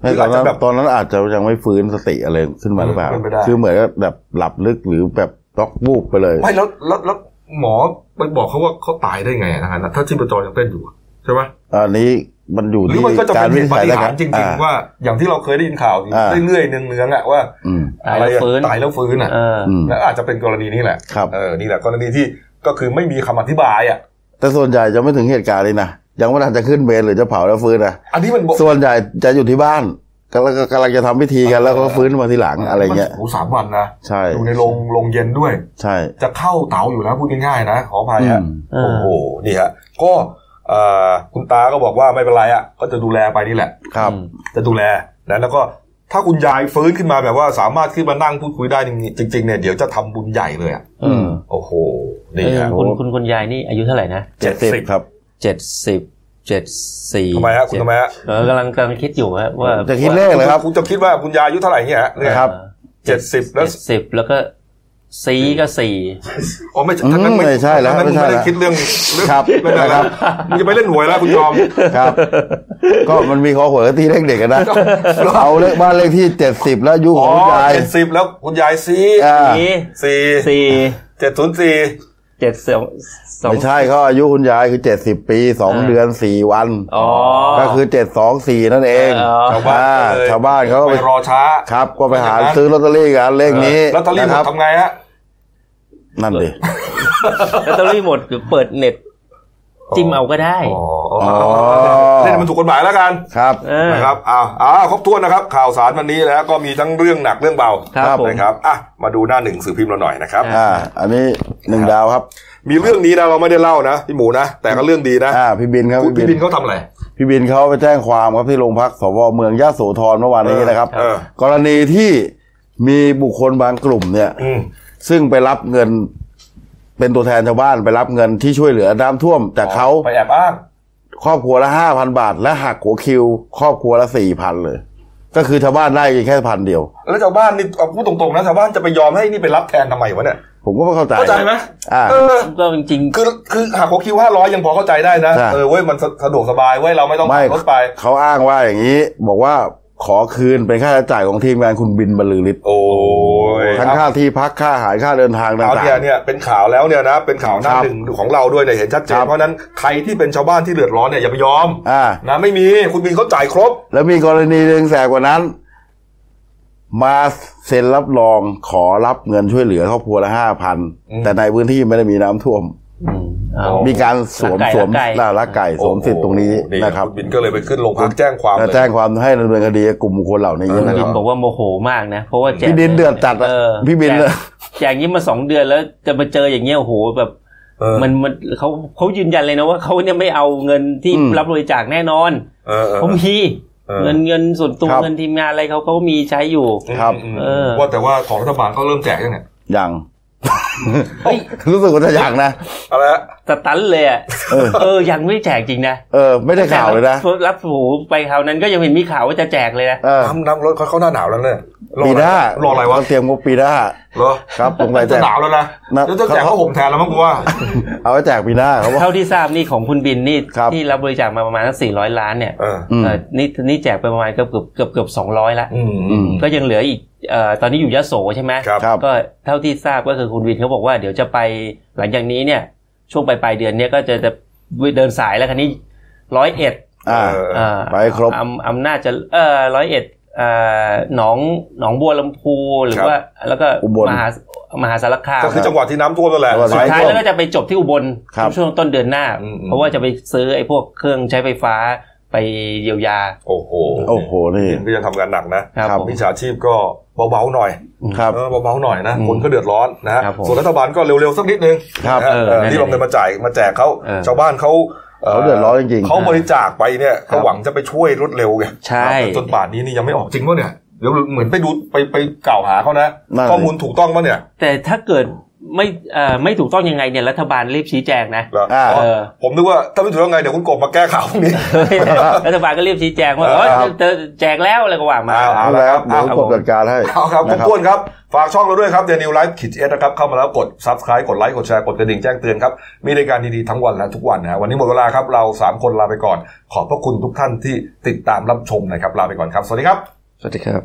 Speaker 5: ไม่ตอน
Speaker 1: หรืออาจ
Speaker 5: นั้
Speaker 1: จะ
Speaker 5: น
Speaker 1: แบบ
Speaker 5: ตอนนั้นอาจจะยังไม่ฟื้นสติอะไรขึ้นมาหรือเปล่า
Speaker 1: เป็นไปได้
Speaker 5: คือเหมือนกับแบบหลับลึกหรือแบบล็อกวูบไปเลย
Speaker 1: ไม่แล้วแล้วแล้วหมอไปบอกเขาว่าเขาตายได้ไงอะนะฮะถ้าชีพจรยังเต้นอยู่อะใช่ไหม
Speaker 5: อันนี้ มันอยู่
Speaker 1: หรือ
Speaker 5: ที่
Speaker 1: มันก็จะ
Speaker 5: กา
Speaker 1: เป็น
Speaker 5: รวิ
Speaker 1: เหตุป
Speaker 5: จัย
Speaker 1: ฏิ
Speaker 5: นะค
Speaker 1: หา
Speaker 5: รั
Speaker 1: ร
Speaker 5: บ
Speaker 1: ย์จริง ๆ
Speaker 5: อ่
Speaker 1: ว่าอย่างที่เราเคยได้ยินข่าวอยู่
Speaker 5: อ่า
Speaker 1: เรื่อยๆเนืองๆอ่ะว่า
Speaker 5: อืม
Speaker 2: ตาย
Speaker 1: อะไร
Speaker 2: แล้ว
Speaker 1: อะ
Speaker 2: ฟื้น
Speaker 1: ตายแล้วฟื้นอ่ะ
Speaker 2: เออ
Speaker 5: อืม
Speaker 1: และอาจจะเป็นกรณีนี้แหละ
Speaker 5: ครับ
Speaker 1: เออนี่แหละกรณีที่ก็คือไม่มีคำอธิบายอ่ะ
Speaker 5: แต่ส่วนใหญ่จะไม่ถึงเหตุการณ์เลยนะยังไม่ทันจะขึ้นเมนหรือจะเผาแล้วฟื้นนะ
Speaker 1: อันนี้มัน
Speaker 5: ส่วนใหญ่จะอยู่ที่บ้านกำลังกำลังจะทำพิธีกันแล้วก็ฟื้นมาทีหลังอะไรเงี้ย
Speaker 1: มันโอ้โหสามวันนะ
Speaker 5: ใช่
Speaker 1: อยู่ในโรงโรงเย็นด้วย
Speaker 5: ใช่
Speaker 1: จะเข้าเต๋าอยู่แล้วพูดง่ายๆนะขออภัยฮะ
Speaker 5: อืม
Speaker 2: เออ
Speaker 1: โอ้โห นี่ฮะ ก็เอ่อคุณตาก็บอกว่าไม่เป็นไรอ่ะ ก็จะดูแลไปนี่แหละ
Speaker 5: ครับ
Speaker 2: อืม
Speaker 1: จะดูแลนะแล้วก็ถ้าคุณยายฟื้นขึ้นมาแบบว่าสามารถขึ้นมานั่งพูดคุยได้จริงๆเนี่ยเดี๋ยวจะทำบุญใหญ่เลยอ่ะ
Speaker 2: อืม
Speaker 1: โอ้โห นี่ฮะ
Speaker 2: เออคุณคุณคุณยายนี่อายุเท่าไหร่นะ
Speaker 5: เจ็ดสิบครับ
Speaker 2: เจ็ดสิบเจ็ดสี่
Speaker 1: ทำไมฮะคุณทำไมฮะ
Speaker 2: เออกำลังกำลังคิดอยู่ฮะว่า
Speaker 5: จะคิดเลขเลยครับ
Speaker 1: คุณจะคิดว่าคุณยายอายุเท่าไหร่เนี่ยฮะเนี่ย
Speaker 5: ครับ
Speaker 1: เจ็ดสิบแล้ว
Speaker 2: เจ็ดสิบแล้วก็ซีก็สี่
Speaker 1: อ๋อไม่ใช่
Speaker 5: อืม
Speaker 1: ทั้งนั้น
Speaker 5: ไม่ใช่แล้ว
Speaker 1: ทั้งนั้น
Speaker 5: ไม่ใช่
Speaker 1: ไม่ได้
Speaker 5: แล้ว
Speaker 1: คิดเรื่องเรื่อง
Speaker 5: ครับ
Speaker 1: ไม่ได้
Speaker 5: ค
Speaker 1: แล้
Speaker 5: รั
Speaker 1: ว
Speaker 5: บ
Speaker 1: มึงจะไปเล่นหวยแล้วคุณยอม
Speaker 5: ครับ ก็มันมีคอหวยกับตีเลขเด็กกันนะ เอาเลขบ้านเลขที่เจ็ดสิบแล้วอายุข
Speaker 1: อ๋
Speaker 5: อ
Speaker 1: อง
Speaker 5: คุณยาย
Speaker 1: เจ็ดสิบแล้วคุณยายซี
Speaker 5: อ่า
Speaker 1: สี่
Speaker 2: สี่
Speaker 1: เจ็ดศูนย์สี่
Speaker 2: เจ็ดสองสอง
Speaker 5: ไม่ใช่เขาอายุคุณยายคือเจ็ดสิบปีสอง
Speaker 2: อ่า
Speaker 5: เดือนสี่วัน
Speaker 2: อ๋อ
Speaker 5: ก็คือเจ็ดสองสี่นั่นเอง
Speaker 2: อ๋อ
Speaker 5: อ่
Speaker 1: ชาวบ้านก็เลย
Speaker 5: ชาวบ้านเขาก็ไป
Speaker 1: ไปรอช้า
Speaker 5: ครับก็ไปหา
Speaker 1: ไปจากนั้น
Speaker 5: ซื้อลอตเตอรี่กันเลขนี้
Speaker 1: ลอตเตอรี่
Speaker 5: นะ
Speaker 1: หมด
Speaker 5: ครับ
Speaker 1: ทำไงฮะ
Speaker 5: นั่นดิ
Speaker 2: แบตเตอรี่หมดหรือเปิดเน็ต จิ้มเอาก็ได้
Speaker 1: อ๋อเล่นให้มันถูกกฎหมายแล้วกัน
Speaker 5: ครับ
Speaker 2: เออ
Speaker 1: นะครับอ้าวอ้าวครบถ้วนนะครับ ข่าวสารวันนี้แล้วก็มีทั้งเรื่องหนักเรื่องเบา
Speaker 2: ครับผม
Speaker 1: นะครับอ่ะมาดูหน้าหนึ่งสื่อพิมพ์เราหน่อยนะครับ
Speaker 5: อ่า อันนี้หนึ่งดาวครับ
Speaker 1: มีเรื่องนี้นะเราไม่ได้เล่านะพี่หมูนะ แต่ก็เรื่องดีนะ
Speaker 5: อ่า พี่บินครับ
Speaker 1: คุณพี่บินเขาทำอะไร
Speaker 5: พี่บินเขาไปแจ้งความครับที่โรงพักสวเมืองยะโสธรเมื่อวานนี้นะครับ
Speaker 1: เออ
Speaker 5: กรณีที่มีบุคคลบางกลุ่มเนี่ย
Speaker 1: อืม
Speaker 5: ซึ่งไปรับเงิน เป็นตัวแทนชาวบ้านไปรับเงินที่ช่วยเหลือน้ำท่วมจากเขา
Speaker 1: ไปแอบอ้าง
Speaker 5: ครอบครัวละห้าพันบาท และหักหัวคิว ครอบครัวละสี่พันเลย ก็คือชาวบ้านได้แค่พันเดียว
Speaker 1: แล้วชาวบ้านนี่เอาพูดตรงๆนะชาวบ้านจะไปยอมให้นี่ไปรับแทนทำไมวะเนี่ย
Speaker 5: ผมก็ไม่เข้าใจ
Speaker 1: เข้าใจไหม
Speaker 5: อ่า
Speaker 1: เออ
Speaker 2: ก็จริง
Speaker 1: คือคือหากหัวคิวห้าร้อยยังพอเข้าใจได้นะ
Speaker 5: ใช่
Speaker 1: เออเว้ยมันสะสะดวกสบายเว้ยเราไม่ต้อง
Speaker 5: ไม่
Speaker 1: ขับรถไป
Speaker 5: เขาอ้างว่าอย่างนี้ บอกว่าขอคืนเป็นค่าใช้จ่ายของทีมงานคุณบินบรรลือฤทธิ์
Speaker 1: โอ้ย
Speaker 5: ทั้งค่าที่พักค่าอาหารค่าเดินทางต่า
Speaker 1: ข่าว
Speaker 5: ง
Speaker 1: เนี่ยเนี่ยเป็นข่าวแล้วเนี่ยนะเป็นข่าวหน้า
Speaker 5: ครับ
Speaker 1: หนึ่งของเราด้วยเนี่ยเห็นชัดเจ
Speaker 5: คน รับ
Speaker 1: เพราะฉะนั้นใครที่เป็นชาวบ้านที่เดือดร้อนเนี่ยอย่าไปยอม
Speaker 5: ๆอ่า
Speaker 1: นะไม่มีคุณบินเขาจ่ายครบ
Speaker 5: แล้วมีกรณีหนึ่งแสบกว่านั้น มาเซ็นรับรองขอรับเงินช่วยเหลือครอบครัวละห้าพัน
Speaker 1: อืม
Speaker 5: แต่ในพื้นที่ไม่ได้มีน้ำท่วม
Speaker 2: ๆอืมเอา
Speaker 5: มีการสวม
Speaker 2: ลักไก่
Speaker 5: สวม
Speaker 2: ลักไก่
Speaker 5: ล่าลักไก่สวมสิทธิ์ตรงนี้
Speaker 1: โอ้โห
Speaker 5: นะครับ
Speaker 1: ณบินก็เลยไปขึ้นโรงพักแจ้งความ
Speaker 5: และ
Speaker 1: เลย
Speaker 5: แจ้งความให้ดำเนินคดีกับกลุ่มคนเหล่านี้
Speaker 2: คุณ
Speaker 5: นะค
Speaker 2: บิ
Speaker 5: รั
Speaker 2: น
Speaker 5: บ
Speaker 2: บอกว่าโมโหมากนะ เพราะว่าแจก
Speaker 5: พี่บินเดือดจัดอะ
Speaker 2: เออ
Speaker 5: พี่บิน
Speaker 2: แจก
Speaker 5: เลย
Speaker 2: แจกอย่างนี้มาสองเดือนแล้วจะมาเจออย่างเงี้ยโอ้โหแบบ
Speaker 1: เออ
Speaker 2: มันมันเขาเขายืนยันเลยนะว่าเขาเนี่ยไม่เอาเงินที่รับบริจาคแน่นอน
Speaker 1: เออเออ
Speaker 2: เขามี
Speaker 1: เออ
Speaker 2: เงินเงินส่วนตัว
Speaker 5: ครับ
Speaker 2: เงินทีมงานอะไรเขาเขามีใช้อยู่
Speaker 5: ครับ
Speaker 1: อืม
Speaker 2: เออ
Speaker 1: ว่าแต่ว่าของรัฐบาลก็เริ่มแจกยังเนี่ย
Speaker 5: อย่าง รู้สึกว่าจะอย่างนะ
Speaker 1: อะไรฮะ
Speaker 2: สตันเลยอะ
Speaker 5: เออ
Speaker 2: เออยังไม่แจกจริงนะ
Speaker 5: เออ ไม่ได้ข่าวเลยนะ
Speaker 2: รับหูไปคราวนั้นก็ยังเห็นมีข่าวว่าจะแจกเลยนะ
Speaker 5: เออ
Speaker 1: น้ำน้ำรถเขาเข้าหน้าหนาวแล้วเนี่ยรอ
Speaker 5: ปีหน้า
Speaker 1: ออะไรวะ
Speaker 5: เตรียมงบปีหน้า
Speaker 1: เหรอ
Speaker 5: ครับลงไปแจ
Speaker 1: จะ
Speaker 5: ก
Speaker 1: หนาวแล้วนะ
Speaker 5: นะ
Speaker 1: แล้วจะแจกผ้าห่มแทนแล้วมั้งกูว่า
Speaker 5: เอาไว้แจกปีหน้าครับว่า
Speaker 2: เท่าที่ทราบนี่ของคุณบินนี่
Speaker 5: ครับ
Speaker 2: ที่รับบริจาคมาประมาณสักสี่ร้อยล้านเนี่ย
Speaker 1: เออ
Speaker 5: อืม
Speaker 2: เอ่อนี่นี่แจกไปประมาณเกือบเกือบเกือบเกือบสองร้อยละ
Speaker 1: อืม
Speaker 5: อืม
Speaker 2: ก็ยังเหลืออีกเอ่อตอนนี้อยู่ยะโสใช่ไหม
Speaker 1: ครับ
Speaker 5: ครับ
Speaker 2: ก็เท่าที่ทราบก็คือคุณบินเขาบอกว่าเดี๋ยวจะไปหลังจากนี้เนี่ย ช่วงปลายปลายๆเดือนเนี่ยก็จะจะเดินสายแล้วคันนี้ร้อยเอ็ด
Speaker 5: อ่า
Speaker 1: เออ
Speaker 5: ไปครบ
Speaker 2: อำอำนาจจะเออร้อยเอ็ดหนองหนองบัวลำพูหรือ
Speaker 1: ครับ
Speaker 2: ว่าแล้วก็
Speaker 5: อุบล
Speaker 2: มหามหาสารคาม
Speaker 1: ก็คือจังหวัดที่น้ำท่วมนั่นแหละ
Speaker 5: จังหวัด
Speaker 2: สุดท้าย
Speaker 5: ท่
Speaker 2: แล้วก็จะไปจบที่อุบล
Speaker 5: ครับ
Speaker 2: ช่วงต้นเดือนหน้า
Speaker 1: อืม
Speaker 2: เพราะว่าจะไปซื้อไอ้พวกเครื่องใช้ไฟฟ้าไปเยียวยา
Speaker 1: โอ้โห
Speaker 5: โอ้โหนี่
Speaker 1: บินก็ยังทำงานหนักนะครับ
Speaker 5: ครับ
Speaker 2: ผม
Speaker 1: มิจฉาชีพก็เบาๆหน่อย
Speaker 5: ครับ
Speaker 1: เออเบาๆหน่อยนะ
Speaker 2: อืม
Speaker 1: คนก็เดือดร้อนนะฮะ
Speaker 2: ครับผม
Speaker 1: ส่วนรัฐบาลก็เร็วๆสักนิดนึง
Speaker 5: ครับ
Speaker 1: นะฮะ
Speaker 2: เออ
Speaker 1: เออ
Speaker 2: นั่น
Speaker 1: ที่ลงเงินมาจ่ายมาแจกเขา
Speaker 2: เออ
Speaker 1: ชาวบ้านเขา
Speaker 5: เขาเดือดร้อนจริงๆ
Speaker 1: เขาบริจาคไปเนี่ยเขาหวังจะไปช่วยรวดเร็วไง
Speaker 2: ใช่
Speaker 1: จนป่านนี้นี่ยังไม่ออกจริงวะเนี่ยเดี๋ยวเหมือนไปดูไปไปกล่าวหาเขานะ
Speaker 5: นั่น
Speaker 1: ข้อมูลถูกต้องปะเนี่ย
Speaker 2: แต่ถ้าเกิดไม่เอ่อไม่ถูกต้องยังไงเนี่ยรัฐบาลรีบชี้แจงนะ
Speaker 1: เหรอ
Speaker 5: อ่า
Speaker 1: อ๋อ
Speaker 2: เอ อ
Speaker 1: ผมนึกว่าถ้าไม่ถูกต้องไงเดี๋ยวคุณกบมาแก้ข่าวพรุ่งนี้
Speaker 2: รัฐบาลก็รีบชี้แจงว่าเออ
Speaker 5: ครับ
Speaker 2: เธอแจกแล้วอะไรก็ว่ามา
Speaker 1: เอา
Speaker 5: เอาแล้วเดี๋ยวกบจัดการให้
Speaker 1: เอาครับ
Speaker 5: นะครั
Speaker 1: ข
Speaker 5: บ
Speaker 1: อบคุณครับ ฝากช่องเราด้วยครับเดนิวไลฟ์ขีดเอสนะครับ เข้ามาแล้วกด subscribe กดไลค์กดแชร์กดกระดิ่งแจ้งเตือนครับ มีรายการดีๆทั้งวันและทุกวันนะฮะวันนี้หมดเวลาครับ เรา 3 คนลาไปก่อน ขอบพระคุณทุกท่านที่ติดตามรับชมนะครับ ลาไปก่อนครับ สวัสดีครับ
Speaker 5: สวัสดีครับ